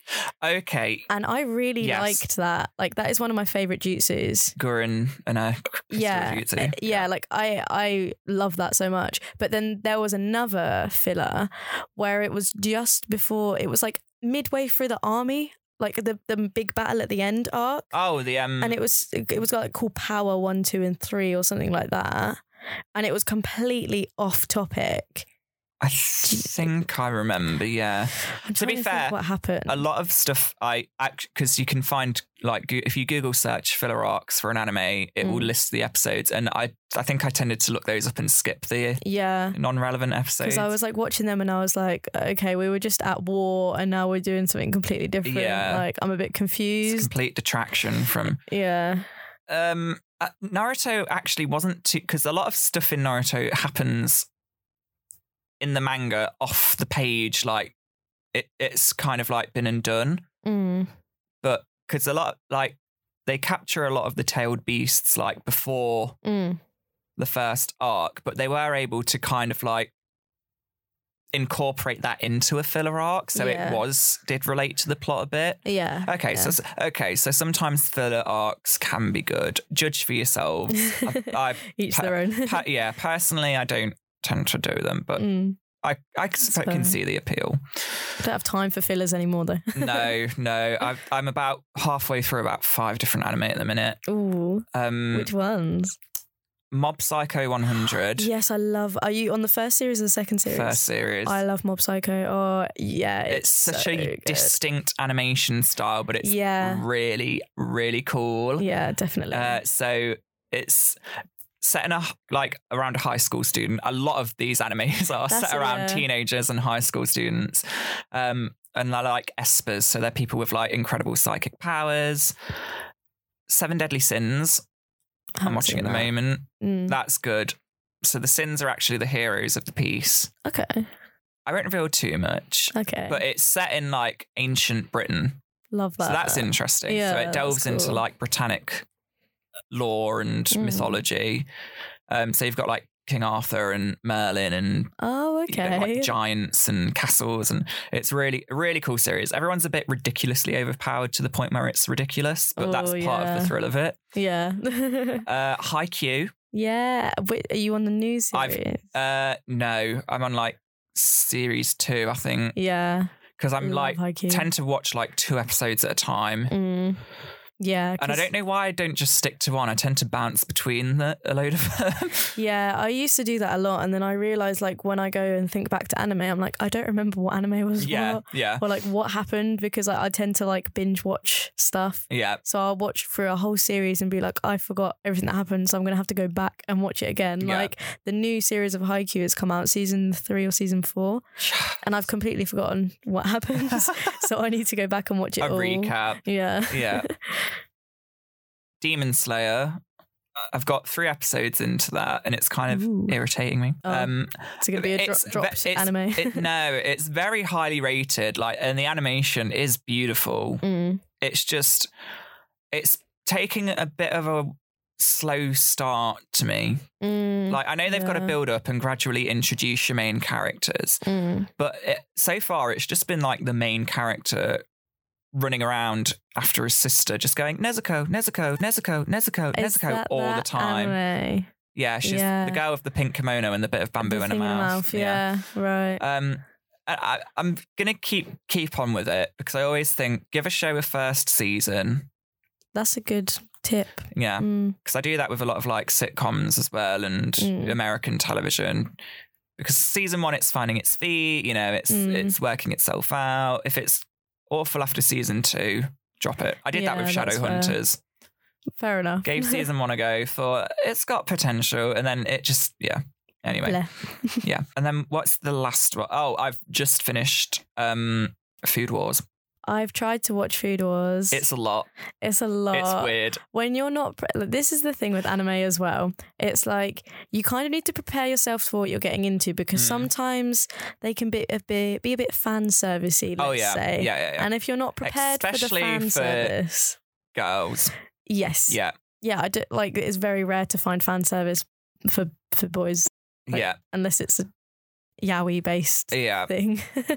Speaker 1: Okay.
Speaker 2: And I really
Speaker 1: Yes.
Speaker 2: liked that. Like, that is one of my favorite jutsus.
Speaker 1: Gurren and a
Speaker 2: yeah uh, yeah like i i love that so much but then there was another filler where it was just before it was like midway through the army like the the big battle at the end arc
Speaker 1: Oh, the um.
Speaker 2: and it was it was like called power one two and three or something like that and it was completely off topic
Speaker 1: I think I remember. Yeah.
Speaker 2: I'm
Speaker 1: To be
Speaker 2: trying think
Speaker 1: fair,
Speaker 2: what happened
Speaker 1: a lot of stuff I because you can find like go- if you Google search filler arcs for an anime, it will
Speaker 2: Mm.
Speaker 1: list the episodes, and I I think I tended to look those up and skip the
Speaker 2: yeah
Speaker 1: non-relevant episodes.
Speaker 2: because I was like watching them and I was like, okay, we were just at war and now we're doing something completely different.
Speaker 1: Yeah.
Speaker 2: Like, I'm a bit
Speaker 1: It's
Speaker 2: confused.
Speaker 1: complete detraction from
Speaker 2: Yeah.
Speaker 1: um uh, Naruto. Actually, wasn't too because a lot of stuff in Naruto happens in the manga off the page. Like it, it's kind of like been and done,
Speaker 2: Mm.
Speaker 1: but because a lot like they capture a lot of the tailed beasts like before
Speaker 2: Mm.
Speaker 1: the first arc, but they were able to kind of like incorporate that into a filler arc, so
Speaker 2: Yeah.
Speaker 1: it was did relate to the plot a bit.
Speaker 2: Yeah.
Speaker 1: Okay, so so okay, so sometimes filler arcs can be good. Judge for yourselves. I,
Speaker 2: Each
Speaker 1: per-
Speaker 2: their own.
Speaker 1: I, yeah, personally, I don't tend to do them, but
Speaker 2: Mm.
Speaker 1: I I can- can
Speaker 2: fair.
Speaker 1: see the appeal.
Speaker 2: Don't have time for fillers anymore, though.
Speaker 1: No, no, I've, I'm about halfway through about five different anime at the minute.
Speaker 2: Ooh,
Speaker 1: Um,
Speaker 2: which ones?
Speaker 1: Mob Psycho 100,
Speaker 2: Yes, I love. Are you on the first series or the second series?
Speaker 1: first series.
Speaker 2: I love Mob Psycho. Oh, yeah, it's,
Speaker 1: it's such
Speaker 2: so
Speaker 1: a
Speaker 2: good.
Speaker 1: distinct animation style, but it's
Speaker 2: yeah,
Speaker 1: really, really cool.
Speaker 2: yeah, definitely.
Speaker 1: Uh, so it's set in a h- like around a high school student. A lot of these animes are
Speaker 2: That's
Speaker 1: set around
Speaker 2: a-
Speaker 1: teenagers and high school students. Um, and they're like espers, so they're people with like incredible psychic powers. Seven Deadly Sins.
Speaker 2: I
Speaker 1: I'm
Speaker 2: haven't
Speaker 1: watching
Speaker 2: seen
Speaker 1: at the
Speaker 2: that.
Speaker 1: moment.
Speaker 2: Mm.
Speaker 1: That's good. So the sins are actually the heroes of the piece.
Speaker 2: Okay,
Speaker 1: I won't reveal too much,
Speaker 2: okay,
Speaker 1: but it's set in like ancient Britain.
Speaker 2: love that.
Speaker 1: So that's interesting.
Speaker 2: Yeah,
Speaker 1: so it
Speaker 2: that's
Speaker 1: delves into
Speaker 2: cool.
Speaker 1: like Britannic lore and
Speaker 2: Mm.
Speaker 1: mythology. Um, so you've got like King Arthur and Merlin and
Speaker 2: Oh,
Speaker 1: you know,
Speaker 2: okay.
Speaker 1: like giants and castles, and it's really a really cool series. Everyone's a bit ridiculously overpowered to the point where it's ridiculous, but that's
Speaker 2: Oh,
Speaker 1: part of the
Speaker 2: yeah.
Speaker 1: thrill of it.
Speaker 2: yeah,
Speaker 1: Uh, Haikyuu,
Speaker 2: yeah. Wait, are you on the new
Speaker 1: I've-
Speaker 2: series?
Speaker 1: uh, no, I'm on like series two, I think,
Speaker 2: yeah,
Speaker 1: because I'm
Speaker 2: love
Speaker 1: like
Speaker 2: Haikyuu.
Speaker 1: tend to watch like two episodes at a time.
Speaker 2: Mm. Yeah.
Speaker 1: And I
Speaker 2: 'cause-
Speaker 1: don't know why I don't just stick to one. I tend to bounce between the, a load of them.
Speaker 2: Yeah, I used to do that a lot. And then I realized, like, when I go and think back to anime, I'm like, I don't remember what anime was
Speaker 1: yeah,
Speaker 2: what,
Speaker 1: yeah,
Speaker 2: or like what happened because I, I tend to like binge watch stuff.
Speaker 1: yeah.
Speaker 2: So I'll watch through a whole series and be like, I forgot everything that happened. So I'm going to have to go back and watch it again.
Speaker 1: Yeah.
Speaker 2: Like, the new series of Haikyuu has come out, season three or season four. And I've completely forgotten what happened. so I need to go back and watch it
Speaker 1: a
Speaker 2: all.
Speaker 1: recap.
Speaker 2: Yeah.
Speaker 1: Yeah. Demon Slayer. I've got three episodes into that, and it's kind of
Speaker 2: Ooh.
Speaker 1: irritating me.
Speaker 2: Oh.
Speaker 1: Um,
Speaker 2: It's going to be a dro-
Speaker 1: It's-
Speaker 2: dropped
Speaker 1: it's-
Speaker 2: anime.
Speaker 1: it, no, it's very highly rated. Like, and the animation is beautiful.
Speaker 2: Mm.
Speaker 1: It's just, it's taking a bit of a slow start to me.
Speaker 2: Mm.
Speaker 1: Like, I know they've got to
Speaker 2: Yeah.
Speaker 1: build up and gradually introduce your main characters,
Speaker 2: Mm.
Speaker 1: but it, so far, it's just been like the main character running around after his sister, just going Nezuko, Nezuko, Nezuko, Nezuko,
Speaker 2: Is
Speaker 1: Nezuko
Speaker 2: that
Speaker 1: all the
Speaker 2: that
Speaker 1: time.
Speaker 2: anime?
Speaker 1: Yeah, she's
Speaker 2: Yeah.
Speaker 1: the girl with the pink kimono and the bit of bamboo
Speaker 2: The
Speaker 1: in her
Speaker 2: thing
Speaker 1: mouth.
Speaker 2: Yeah, right.
Speaker 1: Um, I, I, I'm gonna keep keep on with it because I always think give a show a first season.
Speaker 2: That's a good tip.
Speaker 1: Yeah,
Speaker 2: Mm.
Speaker 1: because I do that with a lot of like sitcoms as well and
Speaker 2: Mm.
Speaker 1: American television. Because season one, it's finding its feet. You know, it's
Speaker 2: Mm.
Speaker 1: it's working itself out. If it's awful after season two, drop it. I did that
Speaker 2: Yeah,
Speaker 1: with
Speaker 2: that's fair.
Speaker 1: Shadowhunters.
Speaker 2: Fair enough.
Speaker 1: Gave season one a go, thought it's got potential, and then it just yeah. Anyway,
Speaker 2: Bleh.
Speaker 1: yeah. And then what's the last one? Oh, I've just finished um Food Wars.
Speaker 2: I've tried to watch Food Wars.
Speaker 1: It's a lot.
Speaker 2: it's a lot.
Speaker 1: It's weird.
Speaker 2: When you're not, pre- like, this is the thing with anime as well. It's like you kind of need to prepare yourself for what you're getting into because
Speaker 1: Mm.
Speaker 2: sometimes they can be a bit be a bit fan servicey. Let's
Speaker 1: Oh yeah.
Speaker 2: say.
Speaker 1: yeah, yeah, yeah.
Speaker 2: And if you're not prepared for
Speaker 1: Especially
Speaker 2: the fan
Speaker 1: for-
Speaker 2: service,
Speaker 1: Girls,
Speaker 2: yes,
Speaker 1: yeah,
Speaker 2: yeah, I do, like it's very rare to find fan service for for boys Like-
Speaker 1: yeah,
Speaker 2: unless it's a yaoi based
Speaker 1: yeah.
Speaker 2: thing.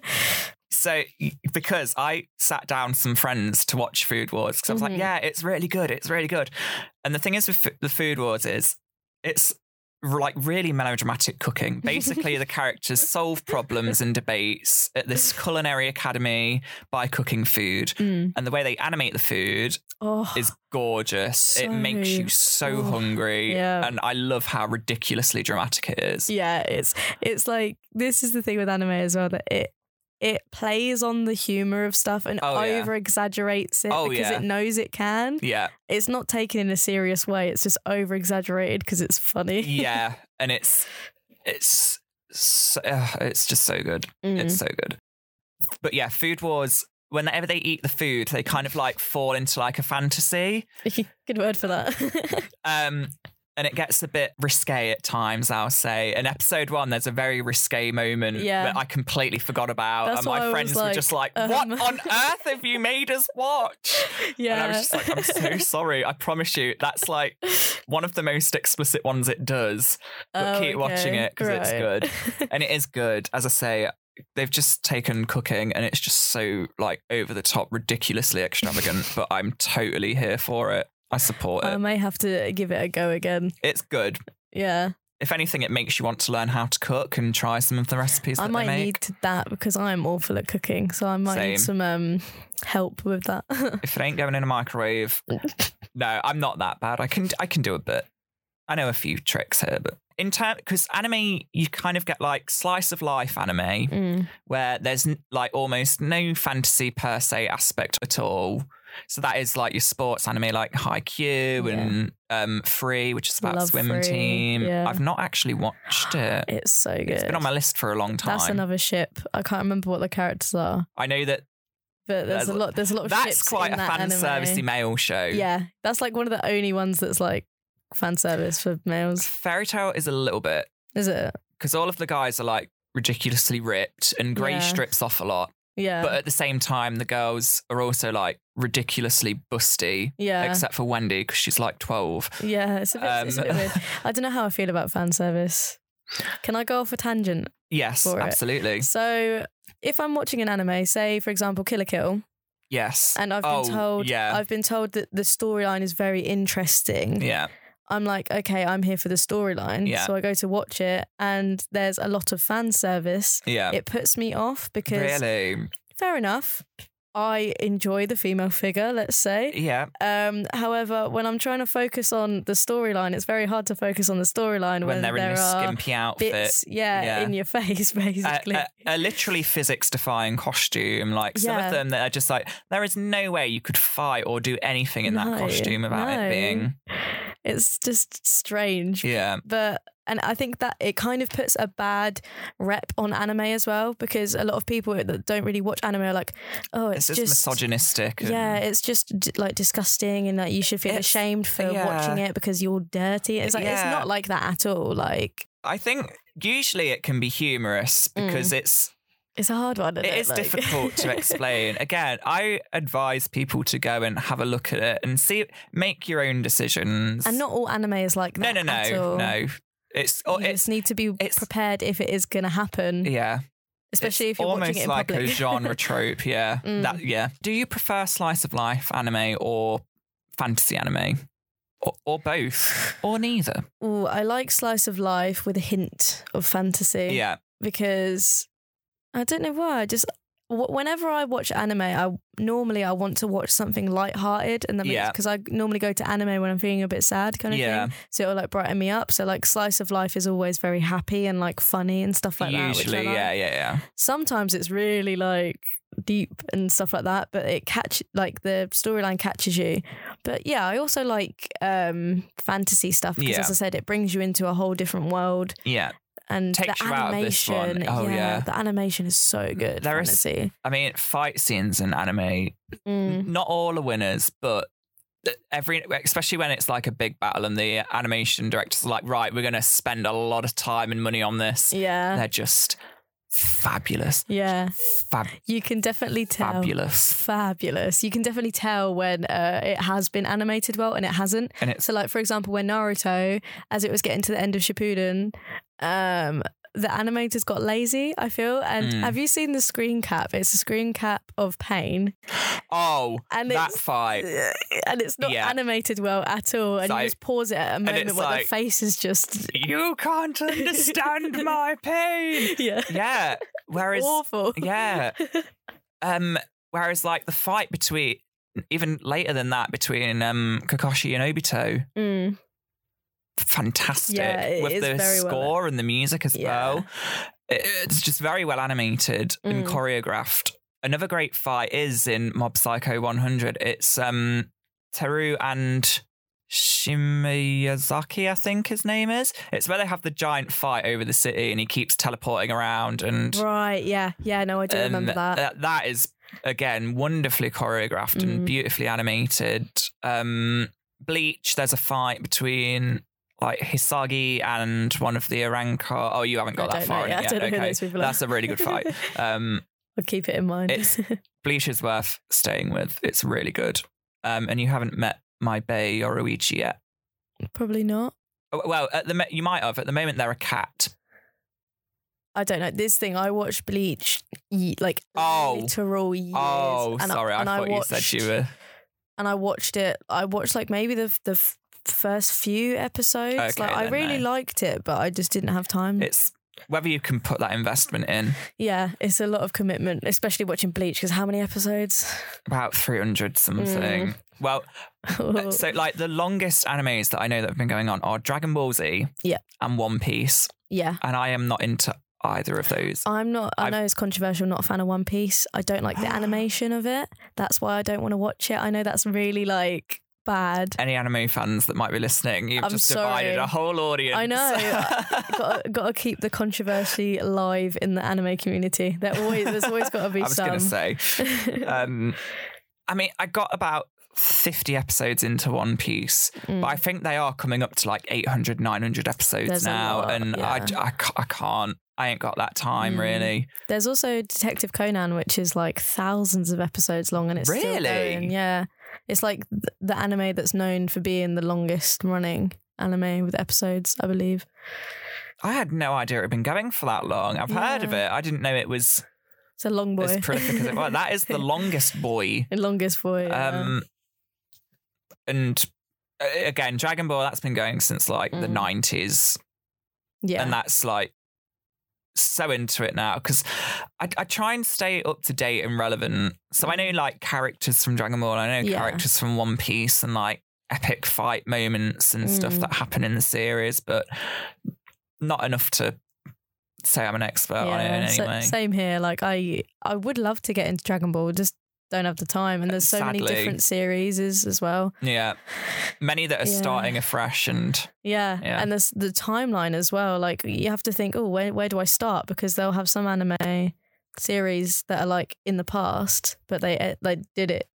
Speaker 1: So y- because I sat down some friends to watch Food Wars because I was
Speaker 2: Mhm.
Speaker 1: like, yeah, it's really good, it's really good. And the thing is with f- the Food Wars is it's r- like really melodramatic cooking. Basically, the characters solve problems and debates at this culinary academy by cooking food.
Speaker 2: Mm.
Speaker 1: And the way they animate the food
Speaker 2: Oh,
Speaker 1: is gorgeous. it makes
Speaker 2: So-
Speaker 1: you so
Speaker 2: oh,
Speaker 1: hungry.
Speaker 2: yeah.
Speaker 1: And I love how ridiculously dramatic it is.
Speaker 2: yeah, it's it's like this is the thing with anime as well that it it plays on the humor of stuff and
Speaker 1: Oh, yeah.
Speaker 2: over exaggerates it
Speaker 1: Oh,
Speaker 2: because
Speaker 1: yeah.
Speaker 2: it knows it can.
Speaker 1: Yeah.
Speaker 2: It's not taken in a serious way. It's just over exaggerated because it's funny.
Speaker 1: yeah, and it's it's so, uh, it's just so good.
Speaker 2: Mm.
Speaker 1: It's so good. But yeah, Food Wars. Whenever they eat the food, they kind of like fall into like a fantasy,
Speaker 2: Good word for that.
Speaker 1: um, and it gets a bit risque at times. I'll say. In episode one, there's a very risque moment
Speaker 2: Yeah.
Speaker 1: that I completely forgot about,
Speaker 2: That's
Speaker 1: and
Speaker 2: what I
Speaker 1: my
Speaker 2: was
Speaker 1: friends were
Speaker 2: like,
Speaker 1: just like,
Speaker 2: um,
Speaker 1: "What on earth have you made us watch?"
Speaker 2: yeah.
Speaker 1: And I was just like, "I'm so sorry. I promise you, that's like one of the most explicit ones it does." but
Speaker 2: Oh,
Speaker 1: keep watching
Speaker 2: okay.
Speaker 1: it 'cause it's good.
Speaker 2: Right.
Speaker 1: and it is good as i say they've just taken cooking and it's just so like over the top ridiculously extravagant but i'm totally here for it i support it
Speaker 2: I may have to give it a go again.
Speaker 1: it's good
Speaker 2: Yeah.
Speaker 1: if anything it makes you want to learn how to cook and try some of the recipes
Speaker 2: I
Speaker 1: that
Speaker 2: might
Speaker 1: they make
Speaker 2: need to- that because I'm awful at cooking, so I might need
Speaker 1: Same.
Speaker 2: some um, help with that.
Speaker 1: if it ain't going in a microwave no i'm not that bad i can i can do a bit i know a few tricks here but in term because anime you kind of get like slice of life anime
Speaker 2: Mm.
Speaker 1: where there's n- like almost no fantasy per se aspect at all. So that is like your sports anime, like Haikyuu
Speaker 2: Yeah.
Speaker 1: and um, Free, which is about
Speaker 2: Love
Speaker 1: swim
Speaker 2: Free,
Speaker 1: team.
Speaker 2: yeah.
Speaker 1: I've not actually watched it.
Speaker 2: It's so good.
Speaker 1: It's been on my list for a long time.
Speaker 2: That's another ship. I can't remember what the characters are,
Speaker 1: I know that
Speaker 2: but there's,
Speaker 1: There's
Speaker 2: a
Speaker 1: a-
Speaker 2: lot. There's a lot of
Speaker 1: that's
Speaker 2: ships
Speaker 1: quite
Speaker 2: in
Speaker 1: a
Speaker 2: that
Speaker 1: fan
Speaker 2: anime.
Speaker 1: servicey male show.
Speaker 2: Yeah, that's like one of the only ones that's like fan service for males.
Speaker 1: Fairy Tale is a little bit
Speaker 2: Is it?
Speaker 1: because all of the guys are like ridiculously ripped and Grey
Speaker 2: Yeah.
Speaker 1: strips off a lot.
Speaker 2: Yeah.
Speaker 1: But at the same time, the girls are also like ridiculously busty,
Speaker 2: yeah.
Speaker 1: except for Wendy because she's like 12.
Speaker 2: yeah. It's a, bit, it's a
Speaker 1: Um,
Speaker 2: bit weird. I don't know how I feel about fan service. Can I go off a tangent?
Speaker 1: Yes,
Speaker 2: for it.
Speaker 1: absolutely.
Speaker 2: So, if I'm watching an anime, say for example Kill a Kill,
Speaker 1: Yes.
Speaker 2: and I've
Speaker 1: oh,
Speaker 2: been told
Speaker 1: Yeah.
Speaker 2: I've been told that the storyline is very interesting.
Speaker 1: yeah.
Speaker 2: I'm like, okay, I'm here for the storyline.
Speaker 1: Yeah.
Speaker 2: So I go to watch it and there's a lot of fan service.
Speaker 1: Yeah.
Speaker 2: It puts me off because
Speaker 1: Really?
Speaker 2: fair enough. I enjoy the female figure, let's say.
Speaker 1: Yeah.
Speaker 2: Um, however, when I'm trying to focus on the storyline, it's very hard to focus on the
Speaker 1: When
Speaker 2: storyline when,
Speaker 1: they're in
Speaker 2: there
Speaker 1: this
Speaker 2: are
Speaker 1: skimpy outfit.
Speaker 2: bits, yeah,
Speaker 1: Yeah. Uh,
Speaker 2: in your face,
Speaker 1: a,
Speaker 2: basically.
Speaker 1: a, a literally physics defying costume. Like some
Speaker 2: Yeah.
Speaker 1: of them that are just like, there is no way you could fight or do anything in
Speaker 2: No,
Speaker 1: that costume about
Speaker 2: no.
Speaker 1: it being.
Speaker 2: it's just strange.
Speaker 1: Yeah.
Speaker 2: But and I think that it kind of puts a bad rep on anime as well because a lot of people that don't really watch anime are like, oh, it's
Speaker 1: It's, just,
Speaker 2: just
Speaker 1: misogynistic. and-
Speaker 2: Yeah, it's just d- like disgusting, and like you should feel
Speaker 1: It's-
Speaker 2: ashamed for
Speaker 1: yeah.
Speaker 2: watching it because you're dirty. It's like it's
Speaker 1: Yeah.
Speaker 2: not like that at all. Like
Speaker 1: I think usually it can be humorous because it's
Speaker 2: it's a hard one. Isn't
Speaker 1: it
Speaker 2: it
Speaker 1: is
Speaker 2: Mm. Like-
Speaker 1: difficult to explain. Again, I advise people to go and have a look at it and see make your own decisions.
Speaker 2: and not all anime is like
Speaker 1: no
Speaker 2: that.
Speaker 1: no
Speaker 2: at
Speaker 1: no
Speaker 2: all.
Speaker 1: no. It's
Speaker 2: You
Speaker 1: or it's
Speaker 2: just need to be
Speaker 1: it's-
Speaker 2: prepared if it is going to happen,
Speaker 1: yeah.
Speaker 2: especially
Speaker 1: It's
Speaker 2: if you're
Speaker 1: almost
Speaker 2: watching it in
Speaker 1: like
Speaker 2: public.
Speaker 1: a genre trope. Yeah,
Speaker 2: Mm.
Speaker 1: that yeah. Do you prefer slice of life anime or fantasy anime, or, or both, or neither?
Speaker 2: Ooh, I like slice of life with a hint of fantasy.
Speaker 1: Yeah,
Speaker 2: because I don't know why. I just wh- whenever I watch anime, I normally I want to watch something lighthearted, and
Speaker 1: Yeah.
Speaker 2: because I normally go to anime when I'm feeling a bit sad, kind of
Speaker 1: Yeah.
Speaker 2: thing. So it'll like brighten me up. So like slice of life is always very happy and like funny and stuff like that.
Speaker 1: usually.
Speaker 2: Which I like.
Speaker 1: yeah, yeah, yeah.
Speaker 2: Sometimes it's really like deep and stuff like that, but it catch like the storyline catches you. But yeah, I also like um fantasy stuff because
Speaker 1: Yeah.
Speaker 2: as I said, it brings you into a whole different world
Speaker 1: Yeah,
Speaker 2: and
Speaker 1: Takes
Speaker 2: the
Speaker 1: you out of this
Speaker 2: animation.
Speaker 1: one. Oh, yeah. Mm.
Speaker 2: the animation is so good.
Speaker 1: There
Speaker 2: There
Speaker 1: is-
Speaker 2: is fantasy.
Speaker 1: I mean, fight scenes in anime,
Speaker 2: Mm.
Speaker 1: not all are winners, but every especially when it's like a big battle and the animation directors are like, right, we're gonna spend a lot of time and money on this.
Speaker 2: Yeah,
Speaker 1: They're just fabulous,
Speaker 2: yeah.
Speaker 1: fab-
Speaker 2: You can definitely tell.
Speaker 1: fabulous,
Speaker 2: Fabulous. You can definitely tell when uh, it has been animated well and it hasn't.
Speaker 1: and it's
Speaker 2: So, like for example, when Naruto, as it was getting to the end of Shippuden, um, the animators got lazy. I feel. And
Speaker 1: Mm.
Speaker 2: have you seen the screen cap? It's a screen cap of Pain,
Speaker 1: oh
Speaker 2: and
Speaker 1: that
Speaker 2: it's
Speaker 1: fight.
Speaker 2: and it's not
Speaker 1: Yeah.
Speaker 2: animated well at all. And
Speaker 1: It's like-
Speaker 2: you just pause it at a moment
Speaker 1: it's
Speaker 2: where
Speaker 1: like-
Speaker 2: the face is just
Speaker 1: You can't understand my pain.
Speaker 2: yeah.
Speaker 1: Yeah. Whereas,
Speaker 2: awful.
Speaker 1: yeah. Um. Whereas, like the fight between, even later than that, between um Kakashi and Obito,
Speaker 2: Mm.
Speaker 1: fantastic
Speaker 2: Yeah, it
Speaker 1: with
Speaker 2: is
Speaker 1: the
Speaker 2: very well-
Speaker 1: score and the music as
Speaker 2: Yeah.
Speaker 1: well. It- It's just very well animated and
Speaker 2: Mm.
Speaker 1: choreographed. Another great fight is in Mob Psycho 100. It's um Teru and Shimiyazaki, I think his name is. It's where they have the giant fight over the city and he keeps teleporting around and
Speaker 2: Right. Yeah. Yeah. No, I do remember
Speaker 1: um,
Speaker 2: that.
Speaker 1: that- that is again wonderfully choreographed and
Speaker 2: Mm.
Speaker 1: beautifully animated. Um, Bleach, there's a fight between like Hisagi and one of the Arankar. Oh, you haven't got that
Speaker 2: I don't
Speaker 1: far
Speaker 2: know.
Speaker 1: in
Speaker 2: Yeah, I
Speaker 1: yet.
Speaker 2: don't know who
Speaker 1: okay.
Speaker 2: those people are.
Speaker 1: That's a really good fight. Um,
Speaker 2: I'll keep it in mind.
Speaker 1: it's- Bleach is worth staying with. It's really good. Um, and you haven't met my Bay Yoruichi yet.
Speaker 2: Probably not.
Speaker 1: Oh, Well, at the mo- you might have. At the moment, they're a cat.
Speaker 2: I don't know. This thing I watched Bleach ye- like
Speaker 1: Oh.
Speaker 2: literal years.
Speaker 1: Oh,
Speaker 2: and
Speaker 1: sorry. I,
Speaker 2: and
Speaker 1: thought you said you were.
Speaker 2: And I watched it. I watched like maybe the the f- first few episodes.
Speaker 1: Okay,
Speaker 2: like I
Speaker 1: then,
Speaker 2: really
Speaker 1: no.
Speaker 2: liked it, but I just didn't have time.
Speaker 1: It's whether you can put that investment in.
Speaker 2: yeah, it's a lot of commitment, especially watching Bleach because how many episodes?
Speaker 1: About 300 something.
Speaker 2: Mm. Oh.
Speaker 1: Well, uh, so like the longest animes that I know that have been going on are Dragon Ball Z
Speaker 2: Yeah.
Speaker 1: and One Piece.
Speaker 2: yeah.
Speaker 1: And I am not into either of those.
Speaker 2: I'm not. I
Speaker 1: I've-
Speaker 2: know it's controversial. Not a fan of One Piece. I don't like the animation of it. That's why I don't want to watch it. I know that's really like bad.
Speaker 1: Any anime fans that might be listening, you've
Speaker 2: I'm
Speaker 1: just
Speaker 2: sorry.
Speaker 1: divided a whole audience.
Speaker 2: I know. Got got to keep the controversy alive in the anime community. There always there's always got to be
Speaker 1: I was
Speaker 2: some.
Speaker 1: going to say. Um, I mean, I got about 50 episodes into One Piece,
Speaker 2: Mm.
Speaker 1: but I think they are coming up to like 800, 900 episodes
Speaker 2: There's a
Speaker 1: now.
Speaker 2: lot,
Speaker 1: and I,
Speaker 2: yeah.
Speaker 1: j- I ca- I can't. I ain't got that time
Speaker 2: Mm.
Speaker 1: really.
Speaker 2: There's also Detective Conan, which is like thousands of episodes long, and it's still
Speaker 1: Really?
Speaker 2: going. Yeah, it's like th- the anime that's known for being the longest running anime with episodes, I believe.
Speaker 1: I had no idea it had been going for that long. I've heard of it. I didn't know it was
Speaker 2: It's a long boy.
Speaker 1: as prolific as it was. That is the longest boy.
Speaker 2: longest boy. yeah.
Speaker 1: Um, and uh, again, Dragon Ball that's been going since like the
Speaker 2: Mm.
Speaker 1: nineties,
Speaker 2: yeah.
Speaker 1: and that's like so into it now because I, I try and stay up to date and relevant. So I know like characters from Dragon Ball, I know
Speaker 2: Mm. Yeah.
Speaker 1: characters from One Piece and like epic fight moments and stuff
Speaker 2: Mm.
Speaker 1: that happen in the series, but not enough to say I'm an expert on it in any
Speaker 2: sa-
Speaker 1: way.
Speaker 2: same here. Like I, I would love to get into Dragon Ball, just don't have the time. And there's so many
Speaker 1: Sadly.
Speaker 2: different series as well.
Speaker 1: yeah. Many that are
Speaker 2: Yeah.
Speaker 1: starting afresh and
Speaker 2: Yeah.
Speaker 1: Yeah.
Speaker 2: and there's the timeline as well. Like you have to think, oh, where where do I start? Because they'll have some anime series that are like in the past, but they eh, they did it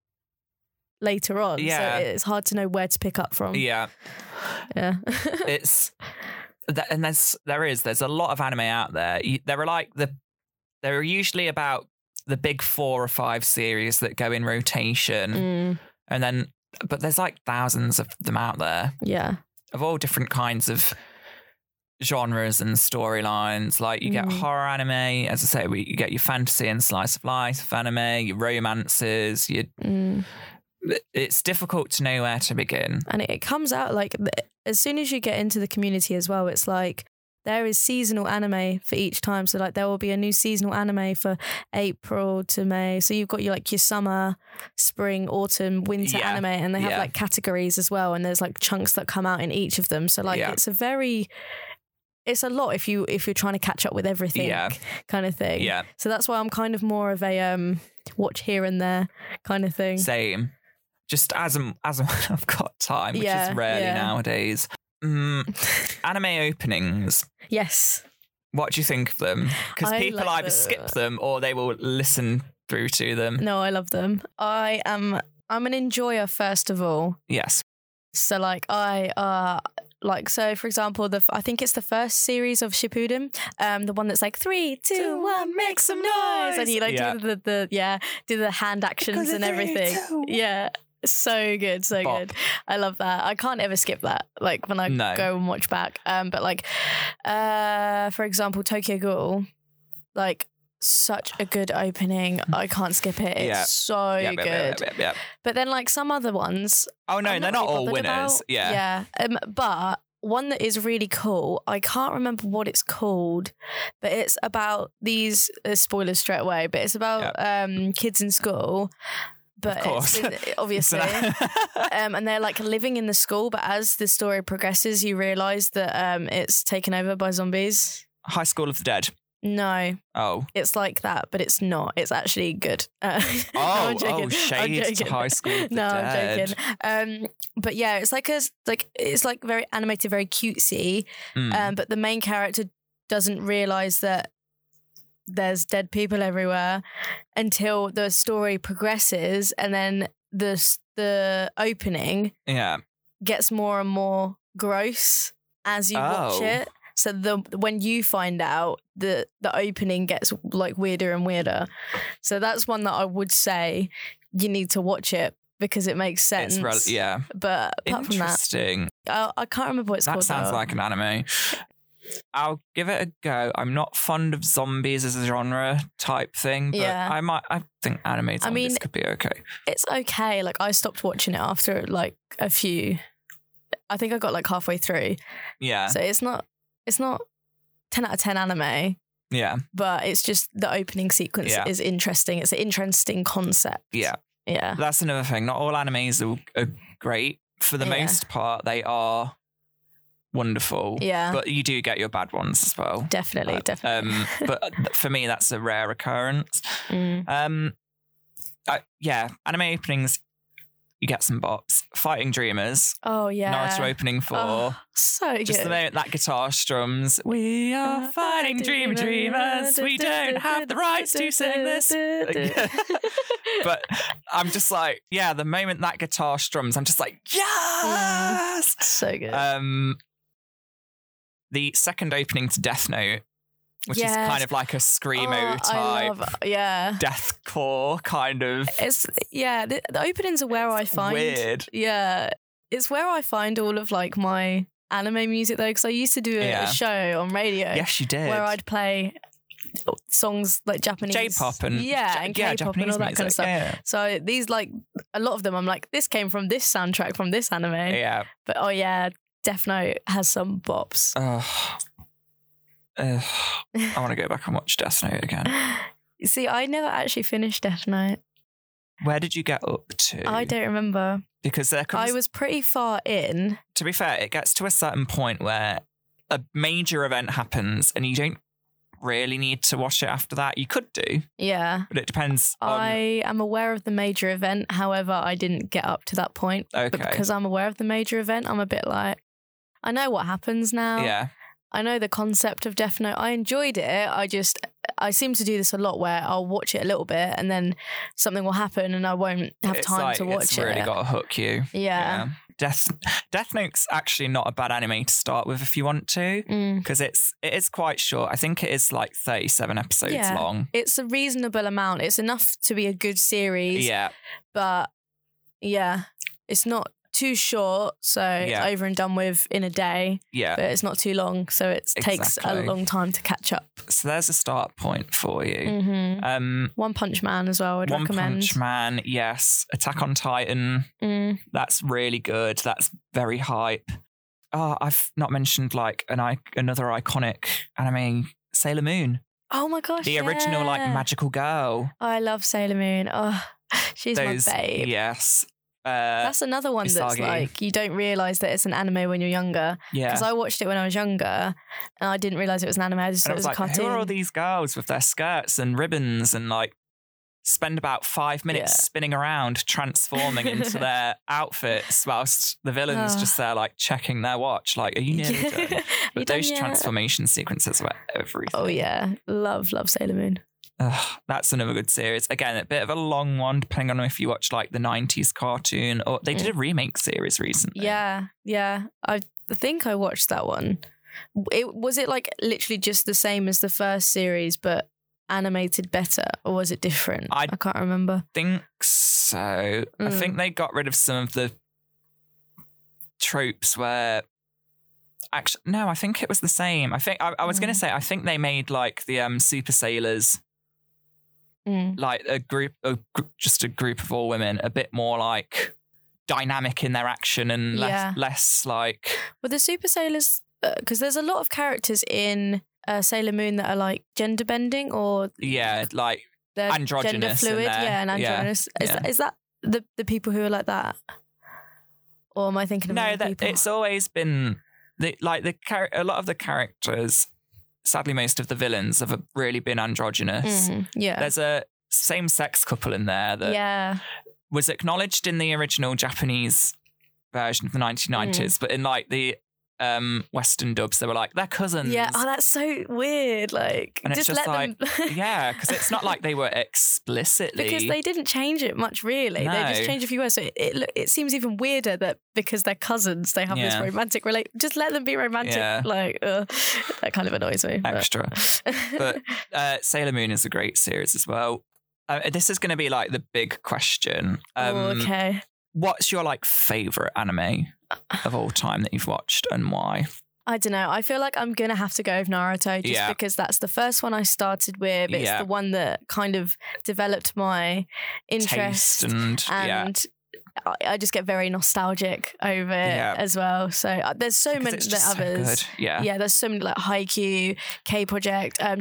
Speaker 2: later on.
Speaker 1: Yeah.
Speaker 2: so it's hard to know where to pick up from.
Speaker 1: yeah,
Speaker 2: yeah.
Speaker 1: it's that, and there's there is there's a lot of anime out there. You, there are like the there are usually about the big four or five series that go in rotation,
Speaker 2: Mm,
Speaker 1: and then but there's like thousands of them out there
Speaker 2: yeah.
Speaker 1: of all different kinds of genres and storylines. Like you get
Speaker 2: Mhm.
Speaker 1: horror anime, as I say, we- you get your fantasy and slice of life anime, your romances. Your
Speaker 2: Mm.
Speaker 1: it's difficult to know where to begin.
Speaker 2: and it, it comes out like th- as soon as you get into the community as well it's like there is seasonal anime for each time so like there will be a new seasonal anime for april to may so you've got your like your summer spring autumn winter
Speaker 1: Yeah.
Speaker 2: anime and they have
Speaker 1: Yeah.
Speaker 2: like categories as well and there's like chunks that come out in each of them so like
Speaker 1: Yeah.
Speaker 2: it's a very it's a lot if you if you're trying to catch up with everything
Speaker 1: Yeah.
Speaker 2: kind of thing
Speaker 1: Yeah,
Speaker 2: so that's why i'm kind of more of a um watch here and there kind of thing
Speaker 1: same. Just as and as and when I've got time, which
Speaker 2: Yeah,
Speaker 1: is rarely
Speaker 2: yeah.
Speaker 1: nowadays. Mm, anime openings.
Speaker 2: yes
Speaker 1: What do you think of them? Because
Speaker 2: I
Speaker 1: people
Speaker 2: like
Speaker 1: either
Speaker 2: the-
Speaker 1: skip them or they will listen through to them.
Speaker 2: No, I love them. I am I'm an enjoyer first of all.
Speaker 1: Yes.
Speaker 2: So like I uh like so for example the I think it's the first series of Shippuden, um the one that's like three, two, one, make some noise, and you like
Speaker 1: Yeah.
Speaker 2: do the, the, the yeah do the hand actions
Speaker 1: of
Speaker 2: and
Speaker 1: three,
Speaker 2: everything.
Speaker 1: two.
Speaker 2: Yeah. So good, so
Speaker 1: Bop.
Speaker 2: good. I love that. I can't ever skip that. Like when I
Speaker 1: No.
Speaker 2: go and watch back. Um, but like, uh, for example, Tokyo Ghoul, like such a good opening. I can't skip it. It's
Speaker 1: Yeah.
Speaker 2: so
Speaker 1: Yep,
Speaker 2: good.
Speaker 1: yep, yep, yep, yep.
Speaker 2: But then like some other ones,
Speaker 1: Oh no,
Speaker 2: I'm
Speaker 1: they're
Speaker 2: not
Speaker 1: not
Speaker 2: really
Speaker 1: all
Speaker 2: bothered
Speaker 1: winners.
Speaker 2: about.
Speaker 1: Yeah.
Speaker 2: yeah. Um, but one that is really cool, I can't remember what it's called, but it's about these uh, spoilers straight away. But it's about um kids in school. But
Speaker 1: course.
Speaker 2: it's with-
Speaker 1: So
Speaker 2: obviously.
Speaker 1: that-
Speaker 2: Um, and they're like living in the school, but as the story progresses, you realize that um, it's taken over by zombies.
Speaker 1: High School of the Dead.
Speaker 2: No,
Speaker 1: Oh.
Speaker 2: it's like that, but it's not. It's actually good. Uh, no,
Speaker 1: Oh,
Speaker 2: I'm joking.
Speaker 1: oh,
Speaker 2: I'm
Speaker 1: shade to
Speaker 2: joking.
Speaker 1: High School of the
Speaker 2: no,
Speaker 1: Dead.
Speaker 2: I'm joking. Um, but yeah, it's like a like it's like very animated, very cutesy.
Speaker 1: Mm.
Speaker 2: Um, but the main character doesn't realize that there's dead people everywhere until the story progresses, and then the s- the opening
Speaker 1: yeah.
Speaker 2: gets more and more gross as you watch
Speaker 1: Oh.
Speaker 2: it. So the when you find out the the opening gets like weirder and weirder. So that's one that I would say you need to watch it because it makes sense.
Speaker 1: It's rel- yeah.
Speaker 2: But apart from that,
Speaker 1: Interesting.
Speaker 2: I, I can't remember what it's
Speaker 1: That
Speaker 2: called. uh,
Speaker 1: sounds
Speaker 2: though.
Speaker 1: like an anime. I'll give it a go. I'm not fond of zombies as a genre type thing, but
Speaker 2: Yeah.
Speaker 1: I might. I think anime zombies
Speaker 2: mean-
Speaker 1: could be okay.
Speaker 2: it's okay. Like I stopped watching it after like a few. I think I got like halfway through.
Speaker 1: Yeah,
Speaker 2: So it's not it's not ten out of ten anime.
Speaker 1: yeah,
Speaker 2: but it's just the opening sequence
Speaker 1: Yeah.
Speaker 2: is interesting. It's an interesting concept.
Speaker 1: yeah.
Speaker 2: Yeah.
Speaker 1: That's another thing. Not all animes are, are great. For the
Speaker 2: Yeah.
Speaker 1: most part, they are wonderful.
Speaker 2: Yeah.
Speaker 1: But you do get your bad ones as well.
Speaker 2: definitely.
Speaker 1: Uh,
Speaker 2: definitely.
Speaker 1: Um, but th- for me, that's a rare occurrence.
Speaker 2: Mm.
Speaker 1: Um, I- yeah, anime openings, you get some bops. Fighting Dreamers,
Speaker 2: Oh, yeah.
Speaker 1: Naruto opening four.
Speaker 2: Oh, so
Speaker 1: Just
Speaker 2: good. Uh,
Speaker 1: the moment that guitar strums, "Ah, we are fighting dream dreamers. We don't have the rights to sing this. But I'm just like, yeah, the moment that guitar strums, I'm just like, yes.
Speaker 2: so good.
Speaker 1: Um, the second opening to Death Note, which is
Speaker 2: Yes.
Speaker 1: kind of like a screamo
Speaker 2: Oh, I
Speaker 1: type
Speaker 2: love, yeah.
Speaker 1: deathcore kind of
Speaker 2: It's yeah. The, the openings are where I find
Speaker 1: weird.
Speaker 2: Yeah, it's where I find all of like my anime music though, because I used to do a, a
Speaker 1: Yeah.
Speaker 2: show on radio.
Speaker 1: Yes, you did.
Speaker 2: where I'd play songs like Japanese
Speaker 1: J-pop and
Speaker 2: yeah, and
Speaker 1: yeah,
Speaker 2: K-pop and
Speaker 1: Japanese
Speaker 2: all that kind of
Speaker 1: music,
Speaker 2: stuff. So these like a lot of them, I'm like, this came from this soundtrack from this anime.
Speaker 1: Yeah, yeah.
Speaker 2: But oh yeah, Death Note has some bops.
Speaker 1: Ugh. Ugh, I want to go back and watch Death Note again.
Speaker 2: See, I never actually finished Death Note.
Speaker 1: Where did you get up to?
Speaker 2: I don't remember.
Speaker 1: Because there comes,
Speaker 2: I was pretty far in.
Speaker 1: to be fair, it gets to a certain point where a major event happens and you don't really need to watch it after that. You could do,
Speaker 2: Yeah.
Speaker 1: but it depends on.
Speaker 2: I am aware of the major event. However, I didn't get up to that point.
Speaker 1: okay.
Speaker 2: But because I'm aware of the major event, I'm a bit like, I know what happens now.
Speaker 1: yeah.
Speaker 2: I know the concept of Death Note. I enjoyed it. I just, I seem to do this a lot where I'll watch it a little bit and then something will happen and I won't have
Speaker 1: it's
Speaker 2: time
Speaker 1: like,
Speaker 2: to watch
Speaker 1: it's
Speaker 2: it.
Speaker 1: really got to hook you.
Speaker 2: yeah.
Speaker 1: Death Death Note's actually not a bad anime to start with if you want to,
Speaker 2: Mm.
Speaker 1: because it's it is quite short. I think it is like thirty seven episodes
Speaker 2: Yeah.
Speaker 1: long.
Speaker 2: It's a reasonable amount. It's enough to be a good series,
Speaker 1: Yeah,
Speaker 2: but yeah, it's not too short. So
Speaker 1: Yeah.
Speaker 2: it's over and done with in a day,
Speaker 1: yeah.
Speaker 2: but it's not too long. So it takes a
Speaker 1: Exactly.
Speaker 2: long time to catch up.
Speaker 1: So there's a start point for you.
Speaker 2: hmm
Speaker 1: Um,
Speaker 2: One Punch Man as well, I'd
Speaker 1: One
Speaker 2: recommend.
Speaker 1: Punch Man, yes. Attack on Titan,
Speaker 2: Mm.
Speaker 1: that's really good. That's very hype. Oh, I've not mentioned like an I- another iconic anime, Sailor Moon,
Speaker 2: Oh my gosh.
Speaker 1: the original like
Speaker 2: yeah.
Speaker 1: magical girl.
Speaker 2: I love Sailor Moon. Oh, she's
Speaker 1: Those,
Speaker 2: my babe.
Speaker 1: yes. Uh,
Speaker 2: That's another one
Speaker 1: Usagi.
Speaker 2: that's like you don't realize that it's an anime when you're younger.
Speaker 1: yeah.
Speaker 2: Because I watched it when I was younger, and I didn't realize it was an anime. I just
Speaker 1: And
Speaker 2: thought
Speaker 1: I
Speaker 2: it was
Speaker 1: was like,
Speaker 2: a cartoon.
Speaker 1: who are all these girls with their skirts and ribbons and like spend about five minutes
Speaker 2: Yeah.
Speaker 1: spinning around, transforming into their outfits, whilst the villains
Speaker 2: Oh.
Speaker 1: just there like checking their watch, like, are you nearly done?
Speaker 2: Are you
Speaker 1: But
Speaker 2: done
Speaker 1: those
Speaker 2: yet?
Speaker 1: transformation sequences were everything.
Speaker 2: Oh yeah, love love Sailor Moon.
Speaker 1: Ugh, that's another good series. Again, a bit of a long one, depending on if you watch like the '90s cartoon or they
Speaker 2: Mm.
Speaker 1: did a remake series recently.
Speaker 2: Yeah, yeah. I think I watched that one. It was it like literally just the same as the first series, but animated better, or was it different?
Speaker 1: I-
Speaker 2: I can't remember.
Speaker 1: think so. I
Speaker 2: Mm.
Speaker 1: think they got rid of some of the tropes where. Actually, no, I think it was the same. I think I, I was going
Speaker 2: Mm.
Speaker 1: to say I think they made like the um, super sailors,
Speaker 2: Mm.
Speaker 1: like a group, a, gr- just a group of all women, a bit more like dynamic in their action and less,
Speaker 2: Yeah.
Speaker 1: less like
Speaker 2: Were the Super Sailors? Because there's a lot of characters in uh, Sailor Moon that are like gender bending or
Speaker 1: yeah, like
Speaker 2: they're gender
Speaker 1: Androgynous in
Speaker 2: fluid.
Speaker 1: there.
Speaker 2: Yeah, and
Speaker 1: Yeah,
Speaker 2: androgynous. Is,
Speaker 1: yeah.
Speaker 2: That, is that the the people who are like that? Or am I thinking of
Speaker 1: no
Speaker 2: other
Speaker 1: that
Speaker 2: people?
Speaker 1: it's always been the, like the char- a lot of the characters sadly most of the villains have really been androgynous
Speaker 2: Mhm, yeah,
Speaker 1: there's a same-sex couple in there that
Speaker 2: yeah,
Speaker 1: was acknowledged in the original japanese version of the
Speaker 2: Mm.
Speaker 1: 1990s but in like the um western dubs they were like they're cousins
Speaker 2: yeah. Oh, that's so weird. Like,
Speaker 1: And it's
Speaker 2: just,
Speaker 1: just
Speaker 2: let them.
Speaker 1: because it's not like they were explicitly
Speaker 2: Because they didn't change it much, really. They just
Speaker 1: No.
Speaker 2: changed a few words. So it, it look- it seems even weirder that because they're cousins, they have this
Speaker 1: Yeah.
Speaker 2: romantic relate. Just let them be romantic.
Speaker 1: Yeah.
Speaker 2: Like ugh, that kind of annoys me. but-
Speaker 1: extra But- uh, Sailor Moon is a great series as well. Uh, this is going to be like the big question. Um,
Speaker 2: Oh, okay. Uh,
Speaker 1: What's your like favorite anime of all time that you've watched and why?
Speaker 2: I don't know. I feel like I'm gonna have to go with Naruto just
Speaker 1: Yeah.
Speaker 2: because that's the first one I started with. It's
Speaker 1: Yeah.
Speaker 2: the one that kind of developed my interest, Um,
Speaker 1: Taste and, yeah,
Speaker 2: and I, I just get very nostalgic over
Speaker 1: Yeah.
Speaker 2: it as well. So uh, there's so
Speaker 1: because
Speaker 2: many
Speaker 1: it's just so
Speaker 2: others.
Speaker 1: good. Yeah,
Speaker 2: yeah. there's so many like Haikyuu, K Project, um,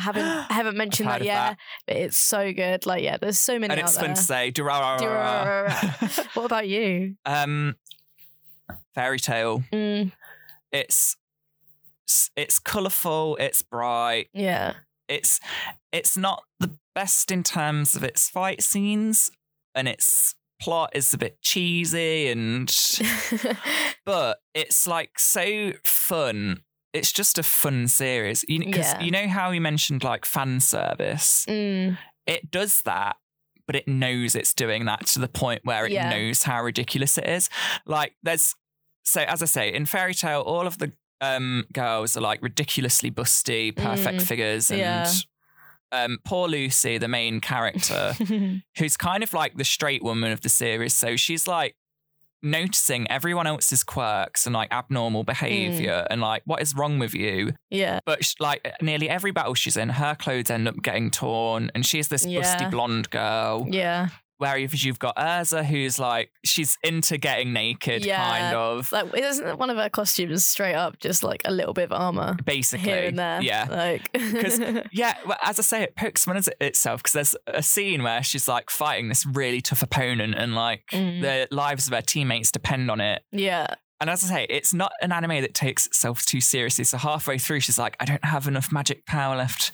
Speaker 2: Haven't I haven't mentioned
Speaker 1: heard
Speaker 2: that
Speaker 1: of
Speaker 2: yet,
Speaker 1: that.
Speaker 2: but it's so good. Like yeah, there's so many
Speaker 1: and
Speaker 2: out
Speaker 1: it's
Speaker 2: there.
Speaker 1: fun to say. Durarara.
Speaker 2: Durarara. What about you?
Speaker 1: um, fairy tale.
Speaker 2: Mm,
Speaker 1: It's it's colorful. It's bright.
Speaker 2: yeah,
Speaker 1: It's it's not the best in terms of its fight scenes, and its plot is a bit cheesy and but it's like so fun. It's just a fun series. You, 'cause
Speaker 2: Yeah.
Speaker 1: you know how you mentioned like fan service?
Speaker 2: Mm,
Speaker 1: It does that, but it knows it's doing that to the point where it
Speaker 2: Yeah.
Speaker 1: knows how ridiculous it is. Like there's so as I say, in fairy tale, all of the um girls are like ridiculously busty, perfect
Speaker 2: Mm.
Speaker 1: figures and
Speaker 2: Yeah.
Speaker 1: um poor Lucy, the main character, who's kind of like the straight woman of the series. So she's like noticing everyone else's quirks and like abnormal
Speaker 2: Mm.
Speaker 1: behavior and like what is wrong with you.
Speaker 2: yeah,
Speaker 1: But sh like uh, nearly every battle she's in, her clothes end up getting torn, and she's this
Speaker 2: Yeah.
Speaker 1: busty blonde girl.
Speaker 2: yeah.
Speaker 1: whereas you've got Urza, who's like she's into getting naked,
Speaker 2: Yeah.
Speaker 1: kind of
Speaker 2: Like, isn't one of her costumes straight up just like a little bit of armor
Speaker 1: basically.
Speaker 2: here and there?
Speaker 1: Yeah,
Speaker 2: Like,
Speaker 1: 'Cause- Yeah, well, as I say, it pokes one as it- itself because there's a scene where she's like fighting this really tough opponent, and like
Speaker 2: Mm.
Speaker 1: the lives of her teammates depend on it.
Speaker 2: yeah.
Speaker 1: And as I say, it's not an anime that takes itself too seriously. So halfway through, she's like, "I don't have enough magic power left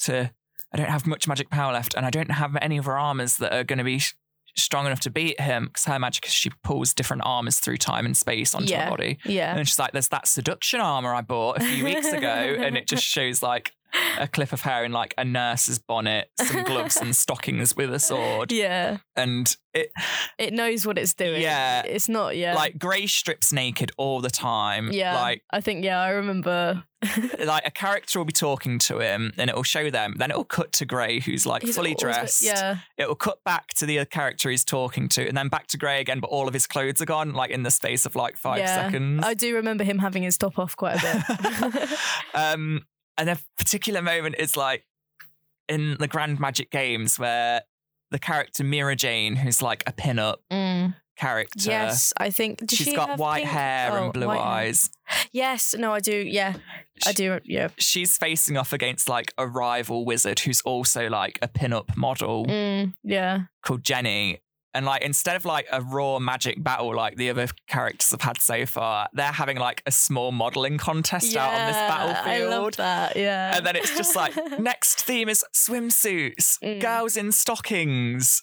Speaker 1: to. I don't have much magic power left, and I don't have any of her armors that are going to be." sh- Strong enough to beat him because her magic, she pulls different armors through time and space onto
Speaker 2: Yeah.
Speaker 1: her body. And
Speaker 2: Yeah.
Speaker 1: then she's like, there's that seduction armor I bought a few weeks ago. And it just shows like a clip of her in like a nurse's bonnet, some gloves and stockings with a sword.
Speaker 2: Yeah.
Speaker 1: And it
Speaker 2: It knows what it's doing.
Speaker 1: Yeah.
Speaker 2: It's not, yeah.
Speaker 1: like Grace strips naked all the time.
Speaker 2: yeah.
Speaker 1: Like
Speaker 2: I think, yeah, I remember.
Speaker 1: like a character will be talking to him and it'll show them. Then it'll cut to Grey, who's like
Speaker 2: He's
Speaker 1: fully
Speaker 2: always been-
Speaker 1: dressed.
Speaker 2: Yeah.
Speaker 1: It'll cut back to the other character he's talking to and then back to Grey again, but all of his clothes are gone, like in the space of like five
Speaker 2: Yeah.
Speaker 1: seconds.
Speaker 2: I do remember him having his top off quite a bit.
Speaker 1: um, and a particular moment is like in the Grand Magic Games where the character Mira Jane, who's like a pin-up
Speaker 2: Mm.
Speaker 1: character,
Speaker 2: Yes, I think.
Speaker 1: uh,
Speaker 2: Does
Speaker 1: she's
Speaker 2: she
Speaker 1: got
Speaker 2: have
Speaker 1: white
Speaker 2: pink-
Speaker 1: hair
Speaker 2: Oh,
Speaker 1: and blue
Speaker 2: white hair.
Speaker 1: eyes.
Speaker 2: Yes, no, I do. Yeah, I
Speaker 1: Sh-
Speaker 2: do. Yeah.
Speaker 1: She's facing off against like a rival wizard who's also like a pin-up model
Speaker 2: Mm, yeah.
Speaker 1: called Jenny. And like instead of like a raw magic battle like the other characters have had so far, they're having like a small modeling contest out on this
Speaker 2: Yeah,
Speaker 1: battlefield.
Speaker 2: I love that. Yeah.
Speaker 1: and then it's just like next theme is swimsuits,
Speaker 2: Mm.
Speaker 1: girls in stockings,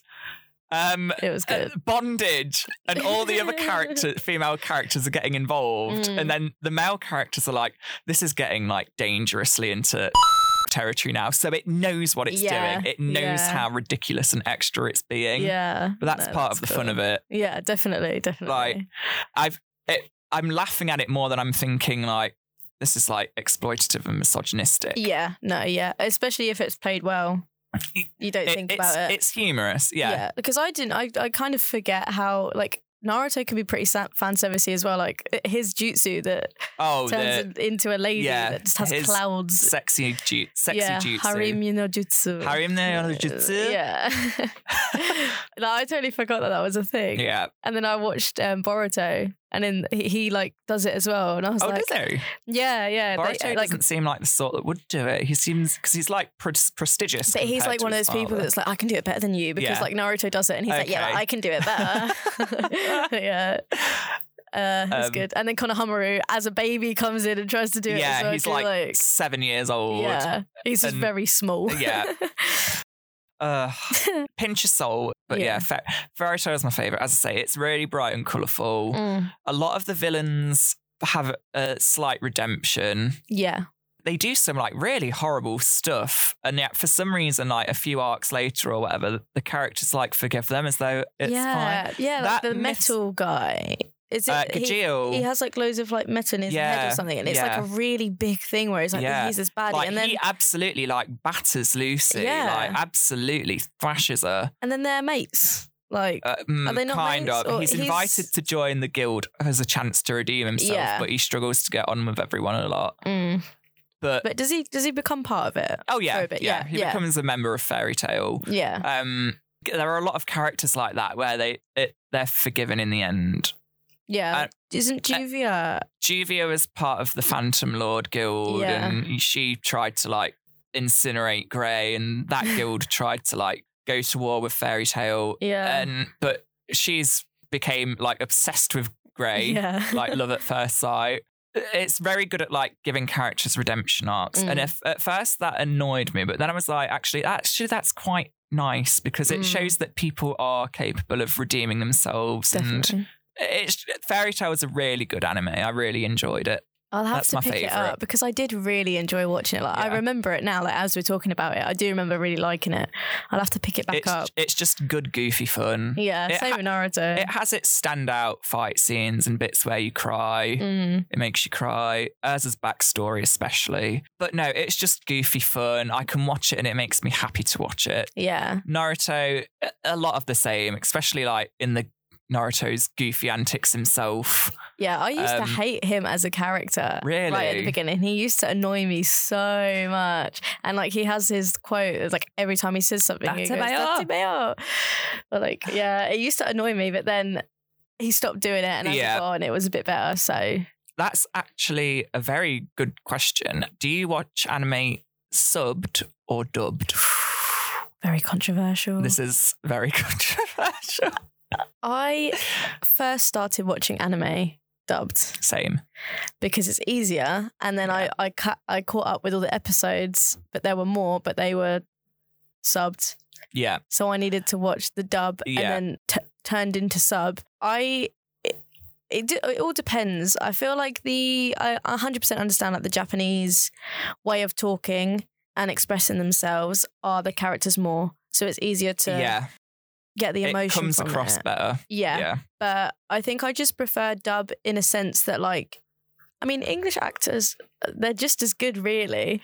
Speaker 1: um,
Speaker 2: it was
Speaker 1: uh,
Speaker 2: good.
Speaker 1: bondage, and all the other character, female characters are getting involved,
Speaker 2: Mm.
Speaker 1: and then the male characters are like, this is getting like dangerously into territory now. So it knows what it's
Speaker 2: Yeah,
Speaker 1: doing. It knows
Speaker 2: yeah.
Speaker 1: how ridiculous and extra it's being.
Speaker 2: Yeah.
Speaker 1: But that's
Speaker 2: no,
Speaker 1: part
Speaker 2: that's
Speaker 1: of the fun
Speaker 2: cool.
Speaker 1: of it.
Speaker 2: Yeah, definitely, definitely.
Speaker 1: I'm laughing at it more than I'm thinking like this is like exploitative and misogynistic.
Speaker 2: yeah, no, yeah. Especially if it's played well. You don't
Speaker 1: It-
Speaker 2: think
Speaker 1: it's,
Speaker 2: about it.
Speaker 1: It's humorous. Yeah.
Speaker 2: Because I didn't, I, I kind of forget how, like, Naruto can be pretty sa- fan servicey as well. Like his jutsu that
Speaker 1: Oh, the
Speaker 2: turns in- into a lady
Speaker 1: yeah,
Speaker 2: that just has
Speaker 1: his
Speaker 2: clouds.
Speaker 1: sexy ju- sexy
Speaker 2: yeah,
Speaker 1: jutsu.
Speaker 2: Harim no jutsu.
Speaker 1: Harim no jutsu.
Speaker 2: Yeah. no, I totally forgot that that was a thing.
Speaker 1: Yeah.
Speaker 2: And then I watched um, Boruto, and then he, he like does it as well, and I was
Speaker 1: Oh,
Speaker 2: like,
Speaker 1: does he?
Speaker 2: yeah, yeah, they- uh,
Speaker 1: Boruto
Speaker 2: like.
Speaker 1: doesn't seem like the sort that would do it. He seems because he's like pre- prestigious.
Speaker 2: But he's
Speaker 1: compared
Speaker 2: like
Speaker 1: to
Speaker 2: one of
Speaker 1: his
Speaker 2: those people
Speaker 1: father.
Speaker 2: that's like, I can do it better than you because
Speaker 1: Yeah.
Speaker 2: like Naruto does it, and he's like, yeah,
Speaker 1: Okay.
Speaker 2: like, I can do it better. yeah, uh, that's
Speaker 1: Um,
Speaker 2: good. And then Konohamaru, as a baby, comes in and tries to do it.
Speaker 1: yeah,
Speaker 2: as well,
Speaker 1: he's
Speaker 2: too,
Speaker 1: like, seven years old.
Speaker 2: yeah, he's just
Speaker 1: and-
Speaker 2: very small.
Speaker 1: Yeah. Ugh. pinch of salt, but yeah,
Speaker 2: Yeah.
Speaker 1: Fer- Naruto is my favorite. As I say, it's really bright and colorful.
Speaker 2: Mm,
Speaker 1: A lot of the villains have a slight redemption.
Speaker 2: yeah,
Speaker 1: they do some like really horrible stuff and yet for some reason like a few arcs later or whatever the characters like forgive them as though it's
Speaker 2: yeah, yeah.
Speaker 1: That
Speaker 2: Like the
Speaker 1: myth-
Speaker 2: metal guy. Is it
Speaker 1: fine uh,
Speaker 2: he-
Speaker 1: Gajeel,
Speaker 2: he has like loads of like metal in his head
Speaker 1: Yeah,
Speaker 2: or something, and it's
Speaker 1: yeah.
Speaker 2: like a really big thing where it's like
Speaker 1: Yeah.
Speaker 2: he's this baddie,
Speaker 1: like
Speaker 2: and then
Speaker 1: he absolutely like batters Lucy
Speaker 2: Yeah.
Speaker 1: like absolutely thrashes her
Speaker 2: and then they're mates. Like
Speaker 1: Uh, mm,
Speaker 2: Are they not
Speaker 1: kind
Speaker 2: mates,
Speaker 1: of
Speaker 2: or
Speaker 1: he's,
Speaker 2: he's-
Speaker 1: invited to join the guild as a chance to redeem himself
Speaker 2: Yeah.
Speaker 1: but he struggles to get on with everyone a lot
Speaker 2: mm.
Speaker 1: but,
Speaker 2: but does he does he become part of it?
Speaker 1: oh yeah,
Speaker 2: for a bit,
Speaker 1: yeah
Speaker 2: yeah,
Speaker 1: he
Speaker 2: yeah.
Speaker 1: becomes a member of fairy tale
Speaker 2: Yeah.
Speaker 1: um there are a lot of characters like that where they it, they're forgiven in the end
Speaker 2: Yeah.
Speaker 1: uh,
Speaker 2: Isn't Juvia
Speaker 1: Juvia was part of the Phantom Lord Guild,
Speaker 2: Yeah.
Speaker 1: and she tried to like incinerate Grey, and that guild tried to like go to war with Fairy Tale.
Speaker 2: Yeah.
Speaker 1: And but she's became like obsessed with Grey,
Speaker 2: yeah.
Speaker 1: eh, like love at first sight. It's very good at like giving characters redemption arcs, and
Speaker 2: Mm.
Speaker 1: if, at first that annoyed me, but then I was like, actually, actually that's quite nice because it
Speaker 2: Mm.
Speaker 1: shows that people are capable of redeeming themselves and
Speaker 2: Definitely.
Speaker 1: it's fairy tale is a really good anime i really enjoyed it
Speaker 2: I'll have
Speaker 1: That's
Speaker 2: to
Speaker 1: my
Speaker 2: pick it
Speaker 1: favourite.
Speaker 2: up because I did really enjoy watching it. Like I
Speaker 1: Yeah.
Speaker 2: remember it now, like as we're talking about it. I do remember really liking it. I'll have to pick it back
Speaker 1: it's,
Speaker 2: up.
Speaker 1: it's just good goofy fun
Speaker 2: Yeah,
Speaker 1: it
Speaker 2: same
Speaker 1: ha-
Speaker 2: with Naruto.
Speaker 1: it has its standout fight scenes and bits where you cry
Speaker 2: Mm,
Speaker 1: it makes you cry urza's backstory especially but no it's just goofy fun i can watch it and it makes me happy to watch it
Speaker 2: yeah.
Speaker 1: naruto a- a lot of the same especially like in the Naruto's goofy antics himself.
Speaker 2: Yeah, I used to
Speaker 1: Um,
Speaker 2: hate him as a character. Right at
Speaker 1: Really?
Speaker 2: the beginning. He used to annoy me so much. And like he has his quote, it's like every time he says something, he goes,
Speaker 1: "Datsumeyo."
Speaker 2: "Datsumeyo." But like, yeah, it used to annoy me, but then he stopped doing it and as
Speaker 1: Yeah.
Speaker 2: it got on, it was a bit better. So
Speaker 1: That's actually a very good question. Do you watch anime subbed or dubbed?
Speaker 2: very controversial.
Speaker 1: This is very controversial.
Speaker 2: I first started watching anime dubbed
Speaker 1: Same.
Speaker 2: because it's easier. And then I I, ca- I caught up with all the episodes, but there were more, but they were subbed.
Speaker 1: Yeah.
Speaker 2: So I needed to watch the dub
Speaker 1: Yeah.
Speaker 2: and then t- turned into sub. I it, it d- it all depends. I feel like the I 100% understand like the Japanese way of talking and expressing themselves are the characters more. So it's easier to
Speaker 1: yeah.
Speaker 2: get the
Speaker 1: It
Speaker 2: emotion
Speaker 1: comes
Speaker 2: from
Speaker 1: across
Speaker 2: it.
Speaker 1: better.
Speaker 2: Yeah.
Speaker 1: Yeah.
Speaker 2: but I think I just prefer dub in a sense that like I mean English actors they're just as good really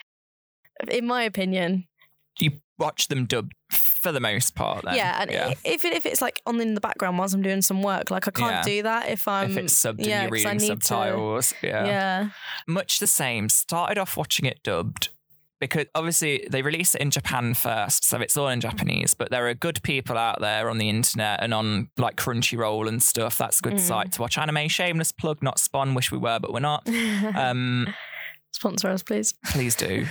Speaker 2: in my opinion.
Speaker 1: You watch them dubbed for the most part then.
Speaker 2: yeah, and i if it, if it's like on in the background whilst I'm doing some work, like I can't
Speaker 1: Yeah.
Speaker 2: do that if I'm
Speaker 1: if it's subbed
Speaker 2: um, yeah,
Speaker 1: and
Speaker 2: 'cause
Speaker 1: you're
Speaker 2: I
Speaker 1: reading
Speaker 2: need to-
Speaker 1: subtitles.
Speaker 2: yeah.
Speaker 1: much the same. Started off watching it dubbed because obviously they release it in Japan first, so it's all in Japanese. But there are good people out there on the internet and on like Crunchyroll and stuff. That's a good
Speaker 2: Mm.
Speaker 1: site to watch anime. Shameless plug, not spawn. Wish we were, but we're not. Um,
Speaker 2: Sponsor us, please.
Speaker 1: please do,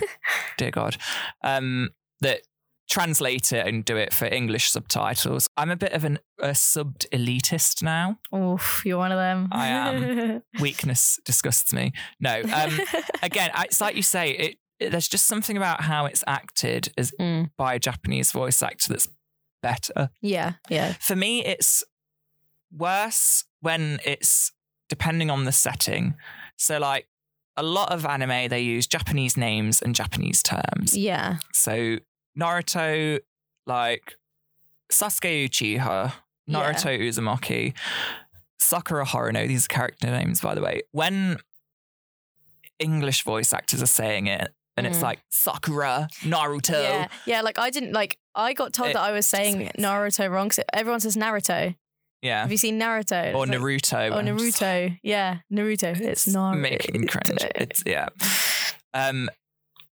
Speaker 1: dear God. Um, that translate it and do it for English subtitles. I'm a bit of an, a subbed elitist now.
Speaker 2: Oof, you're one of them.
Speaker 1: I am. Um, Weakness disgusts me. No. Um, again, I- it's like you say, it, it- there's just something about how it's acted as
Speaker 2: Mm,
Speaker 1: by a Japanese voice actor that's better.
Speaker 2: yeah, yeah.
Speaker 1: For me, it's worse when it's depending on the setting. So, like a lot of anime, they use Japanese names and Japanese terms.
Speaker 2: Yeah.
Speaker 1: So, Naruto, like Sasuke Uchiha, Naruto Uzumaki, Sakura Haruno. These are character names, by the way. When English voice actors are saying it, and it's
Speaker 2: Mm.
Speaker 1: like Sakura, Naruto.
Speaker 2: Yeah. Yeah, like I didn't like I got told
Speaker 1: It
Speaker 2: that I was saying
Speaker 1: just-
Speaker 2: Naruto wrong 'cause everyone says Naruto.
Speaker 1: Yeah.
Speaker 2: Have you seen Naruto?
Speaker 1: Or
Speaker 2: It's like-
Speaker 1: Naruto.
Speaker 2: Or
Speaker 1: and I'm just
Speaker 2: Naruto. Yeah, Naruto. It's,
Speaker 1: like,
Speaker 2: Naruto.
Speaker 1: Making me cringe. It's yeah. Um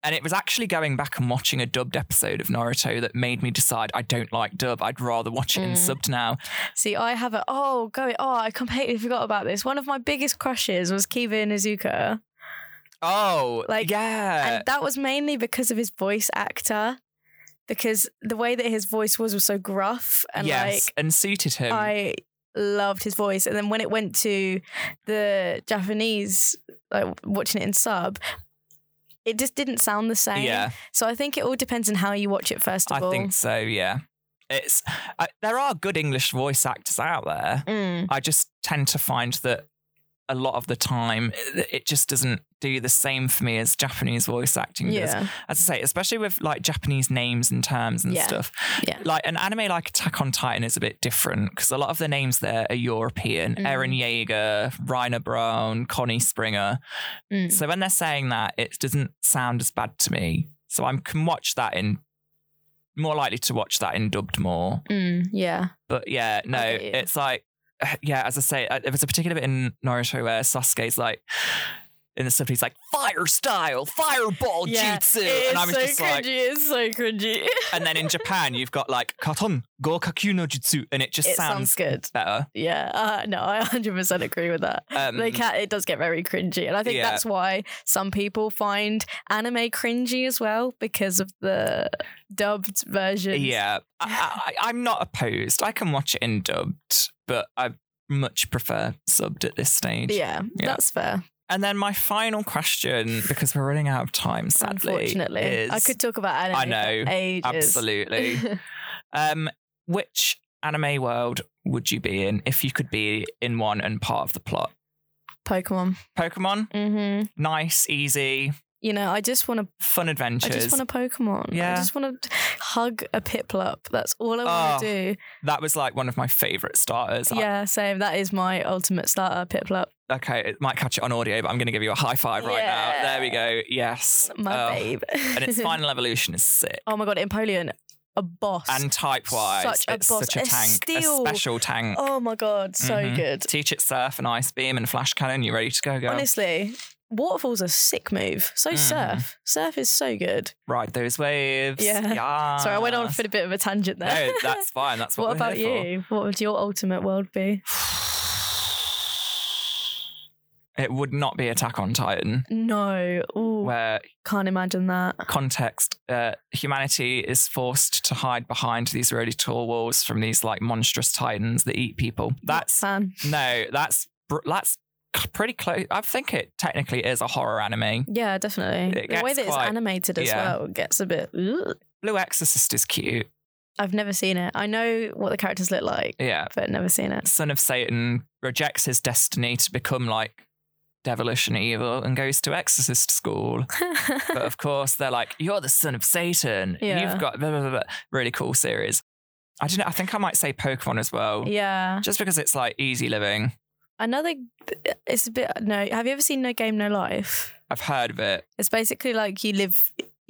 Speaker 1: and it was actually going back and watching a dubbed episode of Naruto that made me decide I don't like dub. I'd rather watch it in
Speaker 2: Mm.
Speaker 1: subbed now.
Speaker 2: See, I have a oh go oh I completely forgot about this. One of my biggest crushes was Kiba Inazuka,
Speaker 1: Oh,
Speaker 2: Like,
Speaker 1: yeah.
Speaker 2: and that was mainly because of his voice actor, because the way that his voice was was so gruff and
Speaker 1: yes, um, and suited
Speaker 2: like
Speaker 1: him.
Speaker 2: I loved his voice. And then when it went to the Japanese, like watching it in sub. It just didn't sound the same.
Speaker 1: yeah,
Speaker 2: So I think it all depends on how you watch it first
Speaker 1: I
Speaker 2: of all.
Speaker 1: think so. Yeah, it's I, there are good English voice actors out there.
Speaker 2: Mm.
Speaker 1: I just tend to find that a lot of the time eh, it, it just doesn't do the same for me as Japanese voice acting does.
Speaker 2: Yeah.
Speaker 1: as I say, especially with like Japanese names and terms and
Speaker 2: Yeah.
Speaker 1: stuff.
Speaker 2: Yeah.
Speaker 1: Like an anime like Attack on Titan is a bit different because a lot of the names there are European.
Speaker 2: Mhm.
Speaker 1: Eren Yeager, Rainer Brown, Connie Springer.
Speaker 2: Mm.
Speaker 1: So when they're saying that, it doesn't sound as bad to me. So I can watch that in more likely to watch that in dubbed more.
Speaker 2: Mm. Yeah.
Speaker 1: But yeah, no,
Speaker 2: get you.
Speaker 1: it's like yeah, as I say, uh, there was a particular bit in Naruto where Sasuke's like in the sub, he's like fire style, fireball jutsu,
Speaker 2: It's
Speaker 1: and I was
Speaker 2: so
Speaker 1: just
Speaker 2: cringy.
Speaker 1: like,
Speaker 2: it's so cringy.
Speaker 1: and then in Japan, you've got like Katon Gokaku no Jutsu, and it just
Speaker 2: it
Speaker 1: sounds,
Speaker 2: sounds, good.
Speaker 1: better.
Speaker 2: Yeah. Uh, no, I 100% agree with that.
Speaker 1: Um,
Speaker 2: they can, it does get very cringy. And I think
Speaker 1: yeah.
Speaker 2: that's why some people find anime cringy as well because of the dubbed version.
Speaker 1: yeah, I, I, I'm not opposed. I can watch it in dubbed, but I much prefer subbed at this stage.
Speaker 2: Yeah,
Speaker 1: Yeah.
Speaker 2: that's fair.
Speaker 1: And then my final question, because we're running out of time, sadly.
Speaker 2: Unfortunately,
Speaker 1: is,
Speaker 2: I could talk about anime.
Speaker 1: I
Speaker 2: For
Speaker 1: know,
Speaker 2: ages.
Speaker 1: absolutely. um, which anime world would you be in if you could be in one and part of the plot?
Speaker 2: Pokemon.
Speaker 1: Pokemon,
Speaker 2: hmm
Speaker 1: nice, easy,
Speaker 2: You know, I just want to.
Speaker 1: fun
Speaker 2: I
Speaker 1: adventures.
Speaker 2: just want a Pokemon.
Speaker 1: Yeah.
Speaker 2: I just want to hug a Piplup. That's all I want
Speaker 1: Oh.
Speaker 2: to do.
Speaker 1: That was like one of my favorite starters. I-
Speaker 2: Yeah, same. That is my ultimate starter, Piplup.
Speaker 1: okay, it might catch it on audio, but I'm going to give you a high five right now.
Speaker 2: Yeah.
Speaker 1: There we go. Yes.
Speaker 2: My
Speaker 1: Oh.
Speaker 2: babe.
Speaker 1: And its final evolution is sick.
Speaker 2: oh my god, Empoleon. a boss.
Speaker 1: and type wise,
Speaker 2: Such a
Speaker 1: it's
Speaker 2: boss.
Speaker 1: such a,
Speaker 2: A
Speaker 1: tank,
Speaker 2: steel-
Speaker 1: a special tank.
Speaker 2: oh my god, so
Speaker 1: Mhm.
Speaker 2: good.
Speaker 1: Teach it surf and ice beam and flash cannon. You ready to go, girl?
Speaker 2: Honestly, waterfall's a sick move. So
Speaker 1: Mhm.
Speaker 2: surf. Surf is so good.
Speaker 1: Ride those waves.
Speaker 2: Yeah. Sorry, I went on
Speaker 1: Yes.
Speaker 2: for a bit of a tangent there.
Speaker 1: Ah. No, that's fine. That's what,
Speaker 2: what
Speaker 1: we're
Speaker 2: about
Speaker 1: here for.
Speaker 2: you? What would your ultimate world be?
Speaker 1: It would not be Attack on Titan,
Speaker 2: No. Ooh,
Speaker 1: where
Speaker 2: can't imagine that.
Speaker 1: context uh, humanity is forced to hide behind these really tall walls from these like monstrous titans that eat people. That's
Speaker 2: fan.
Speaker 1: no, that's br- that's c- pretty close. I think it technically is a horror anime.
Speaker 2: Yeah, definitely.
Speaker 1: It
Speaker 2: The way
Speaker 1: gets
Speaker 2: that it's
Speaker 1: quite-
Speaker 2: animated as
Speaker 1: yeah.
Speaker 2: well gets a bit. Ugh.
Speaker 1: Blue Exorcist is cute.
Speaker 2: I've never seen it. I know what the characters look like,
Speaker 1: Yeah,
Speaker 2: but never seen it.
Speaker 1: son of Satan rejects his destiny to become like devilish and evil and goes to exorcist school. But of course, they're like, "You're the son of Satan.
Speaker 2: Yeah.
Speaker 1: You've got blah, blah, blah, blah." really cool series." I don't know. I think I might say Pokemon as well,
Speaker 2: yeah,
Speaker 1: just because it's like easy living.
Speaker 2: another. It's a bit. No, have you ever seen No Game No Life?
Speaker 1: I've heard of it.
Speaker 2: It's basically like you live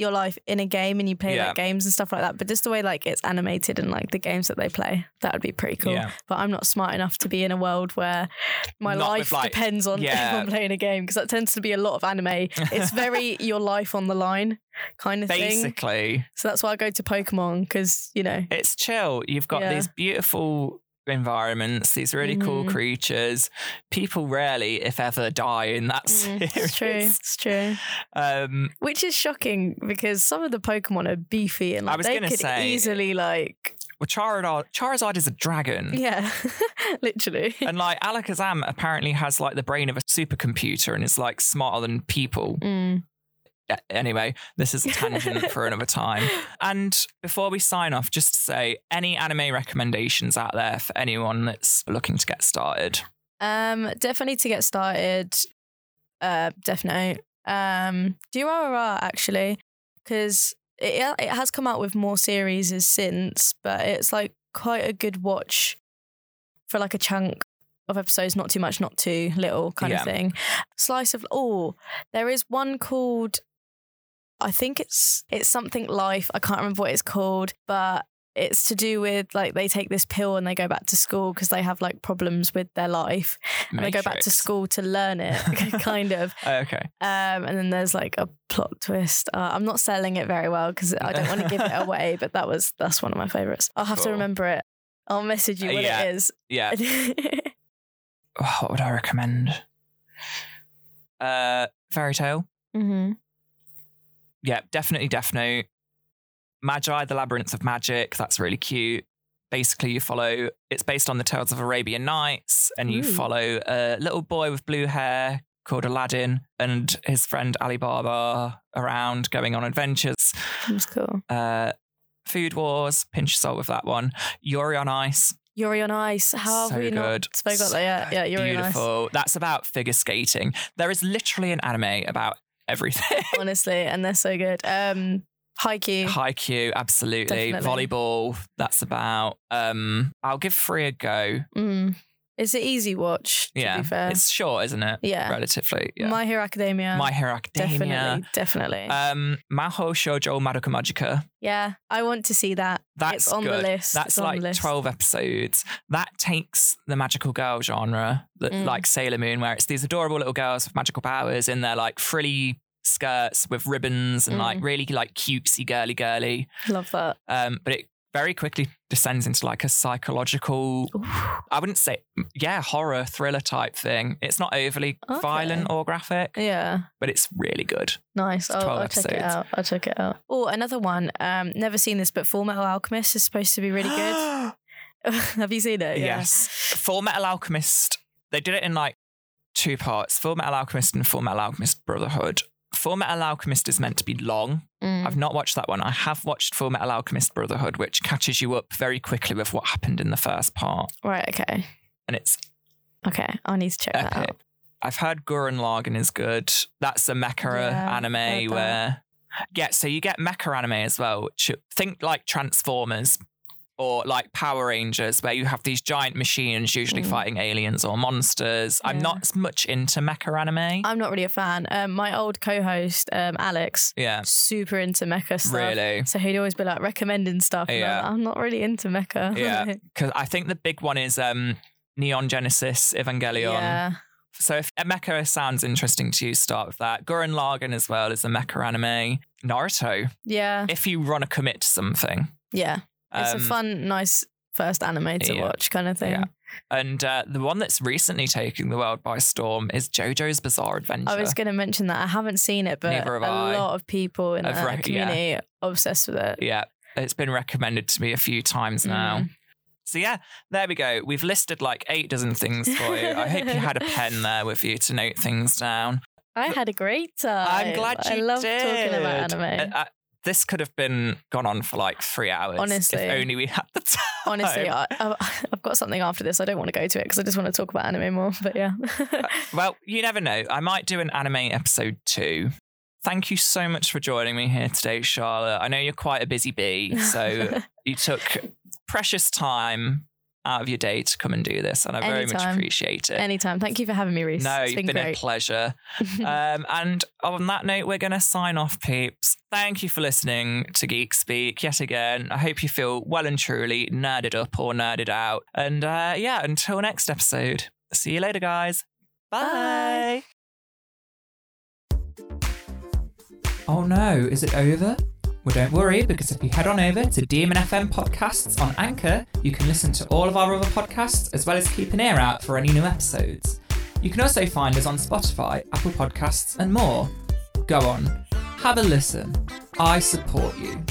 Speaker 2: your life in a game and you play
Speaker 1: Yeah.
Speaker 2: like games and stuff like that. But just the way like it's animated and like the games that they play, that would be pretty cool.
Speaker 1: Yeah.
Speaker 2: But I'm not smart enough to be in a world where my
Speaker 1: Not with,
Speaker 2: life
Speaker 1: like-
Speaker 2: depends on
Speaker 1: Yeah.
Speaker 2: if I'm playing a game because that tends to be a lot of anime. It's very your life on the line kind of thing.
Speaker 1: Basically,
Speaker 2: So that's why I go to Pokemon because you know
Speaker 1: it's chill. You've got
Speaker 2: Yeah.
Speaker 1: these beautiful environments, these really cool
Speaker 2: Mhm.
Speaker 1: creatures. People rarely, if ever, die in that
Speaker 2: Mm,
Speaker 1: series.
Speaker 2: it's true. It's true.
Speaker 1: Um,
Speaker 2: Which is shocking because some of the Pokemon are beefy and
Speaker 1: I
Speaker 2: like
Speaker 1: was
Speaker 2: they
Speaker 1: gonna
Speaker 2: could
Speaker 1: say-
Speaker 2: easily like
Speaker 1: Well, Charizard, Charizard is a dragon.
Speaker 2: yeah, literally.
Speaker 1: Mm. And like Alakazam apparently has like the brain of a supercomputer and is like smarter than people.
Speaker 2: Mm.
Speaker 1: A- Anyway, this is a tangent for another time. And before we sign off, just to say any anime recommendations out there for anyone that's looking to get started?
Speaker 2: Um, definitely to get started. Uh, definitely. Um, do RRR actually because it it has come out with more series since, but it's like quite a good watch for like a chunk of episodes, not too much, not too little kind
Speaker 1: Yeah.
Speaker 2: of thing. Slice of oh, there is one called. I think it's it's something life. I can't remember what it's called, but it's to do with like they take this pill and they go back to school because they have like problems with their life and they go back to
Speaker 1: Matrix.
Speaker 2: school to learn it kind of
Speaker 1: Okay.
Speaker 2: um, and then there's like a plot twist uh, i'm not selling it very well because i don't want to give it away but that was that's one of my favorites i'll have to
Speaker 1: Cool.
Speaker 2: remember it i'll message you
Speaker 1: Uh,
Speaker 2: what
Speaker 1: yeah.
Speaker 2: it is
Speaker 1: Yeah. Oh, What would I recommend? Uh, Fairy Tale.
Speaker 2: hmm
Speaker 1: yeah, definitely Death Note. Magi, the Labyrinth of Magic, that's really cute. Basically, you follow, it's based on the Tales of Arabian Nights, and you
Speaker 2: Ooh.
Speaker 1: follow a little boy with blue hair called Aladdin and his friend Alibaba around going on adventures.
Speaker 2: that's cool
Speaker 1: Uh, Food Wars, pinch your salt with that one. Yuri on Ice,
Speaker 2: yuri on ice how
Speaker 1: So
Speaker 2: have we not
Speaker 1: good.
Speaker 2: spoke about that yet Uh, yeah yuri on ice
Speaker 1: beautiful. That's about figure skating. There is literally an anime about everything.
Speaker 2: honestly and they're so good um haiku
Speaker 1: High Q, absolutely.
Speaker 2: Definitely.
Speaker 1: Volleyball, that's about. Um, I'll give three a go.
Speaker 2: mm. it's an easy watch to
Speaker 1: Yeah,
Speaker 2: be fair
Speaker 1: it's short, isn't it?
Speaker 2: yeah
Speaker 1: Relatively, yeah. My,
Speaker 2: My Hero Academia.
Speaker 1: Hero Academia.
Speaker 2: definitely, definitely.
Speaker 1: Um, Maho Shoujo Madoka Magica.
Speaker 2: yeah, I want to see that.
Speaker 1: That's
Speaker 2: it's on
Speaker 1: good.
Speaker 2: the list.
Speaker 1: That's
Speaker 2: it's on
Speaker 1: like
Speaker 2: the list.
Speaker 1: twelve episodes. That takes the magical girl genre, that,
Speaker 2: Mm.
Speaker 1: like Sailor Moon, where it's these adorable little girls with magical powers in their like frilly skirts with ribbons and
Speaker 2: Mm.
Speaker 1: like really like cutesy girly girly.
Speaker 2: Love that.
Speaker 1: Um, but it very quickly descends into like a psychological, I wouldn't say, yeah, horror thriller type thing. It's not overly
Speaker 2: Okay.
Speaker 1: violent or graphic,
Speaker 2: Yeah,
Speaker 1: but it's really good.
Speaker 2: nice.
Speaker 1: It's
Speaker 2: I'll,
Speaker 1: 12
Speaker 2: I'll check it
Speaker 1: episodes.
Speaker 2: out. I'll check it out. Oh, another one. Um, never seen this, but Full Metal Alchemist is supposed to be really good. Have you seen it? Yeah.
Speaker 1: Yes. Full Metal Alchemist, they did it in like two parts Full Metal Alchemist and Full Metal Alchemist Brotherhood. Full Metal Alchemist is meant to be long.
Speaker 2: Mm.
Speaker 1: I've not watched that one. I have watched Full Metal Alchemist Brotherhood, which catches you up very quickly with what happened in the first part.
Speaker 2: Right. Okay.
Speaker 1: And it's
Speaker 2: Okay. I need to check that
Speaker 1: epic.
Speaker 2: out.
Speaker 1: I've heard Gurren Lagann is good. That's a mecha
Speaker 2: Yeah, I've heard
Speaker 1: anime
Speaker 2: that.
Speaker 1: where yeah, so you get mecha anime as well. Which think like Transformers, or like Power Rangers, where you have these giant machines usually
Speaker 2: Mm.
Speaker 1: fighting aliens or monsters. I'm
Speaker 2: Yeah.
Speaker 1: not as much into mecha anime.
Speaker 2: I'm not really a fan. Um, my old co-host um, Alex,
Speaker 1: yeah,
Speaker 2: super into mecha stuff.
Speaker 1: really.
Speaker 2: So he'd always be like recommending stuff. and I'm
Speaker 1: Yeah.
Speaker 2: like, I'm not really into mecha.
Speaker 1: Yeah. Because I think the big one is um, Neon Genesis Evangelion.
Speaker 2: yeah.
Speaker 1: So if mecha sounds interesting to you, start with that. Gurren Lagann as well is a mecha anime. Naruto,
Speaker 2: Yeah.
Speaker 1: if you want to commit to something.
Speaker 2: Yeah. It's a
Speaker 1: Um,
Speaker 2: fun, nice first anime to
Speaker 1: yeah.
Speaker 2: watch kind of thing.
Speaker 1: Yeah. And uh, the one that's recently taking the world by storm is JoJo's Bizarre Adventure.
Speaker 2: I was going to mention that I haven't seen it, but
Speaker 1: Neither
Speaker 2: a
Speaker 1: have I.
Speaker 2: lot of people in
Speaker 1: I've
Speaker 2: the
Speaker 1: rec- yeah.
Speaker 2: community obsessed with it.
Speaker 1: yeah, it's been recommended to me a few times
Speaker 2: Mm.
Speaker 1: now. So yeah, there we go. We've listed like eight dozen things for you. I hope you had a pen there with you to note things down.
Speaker 2: I had a great time.
Speaker 1: I'm glad you
Speaker 2: I love
Speaker 1: did.
Speaker 2: talking about anime.
Speaker 1: I- I- Uh, this could have been gone on for like three hours.
Speaker 2: Honestly.
Speaker 1: if only we had the time.
Speaker 2: Honestly, I, I've, I've got something after this. I don't want to go to it because I just want to talk about anime more. But yeah.
Speaker 1: Well, you never know. I might do an anime episode too. Thank you so much for joining me here today, Charlotte. I know you're quite a busy bee, so uh, you took precious time out of your day to come and do this, and I very much
Speaker 2: Anytime.
Speaker 1: appreciate it.
Speaker 2: Anytime. Thank you for having me, Reese.
Speaker 1: no,
Speaker 2: it's
Speaker 1: you've
Speaker 2: been,
Speaker 1: been a
Speaker 2: great.
Speaker 1: pleasure. Um, and on that note, we're going to sign off, peeps. Thank you for listening to Geek Speak yet again. I hope you feel well and truly nerded up or nerded out. And uh, yeah, until next episode, see you later, guys. Bye.
Speaker 2: Bye.
Speaker 1: Oh no, is it over? Well, don't worry, because if you head on over to Demon FM Podcasts on Anchor, you can listen to all of our other podcasts as well as keep an ear out for any new episodes. You can also find us on Spotify, Apple Podcasts, and more. Go on, have a listen. I support you.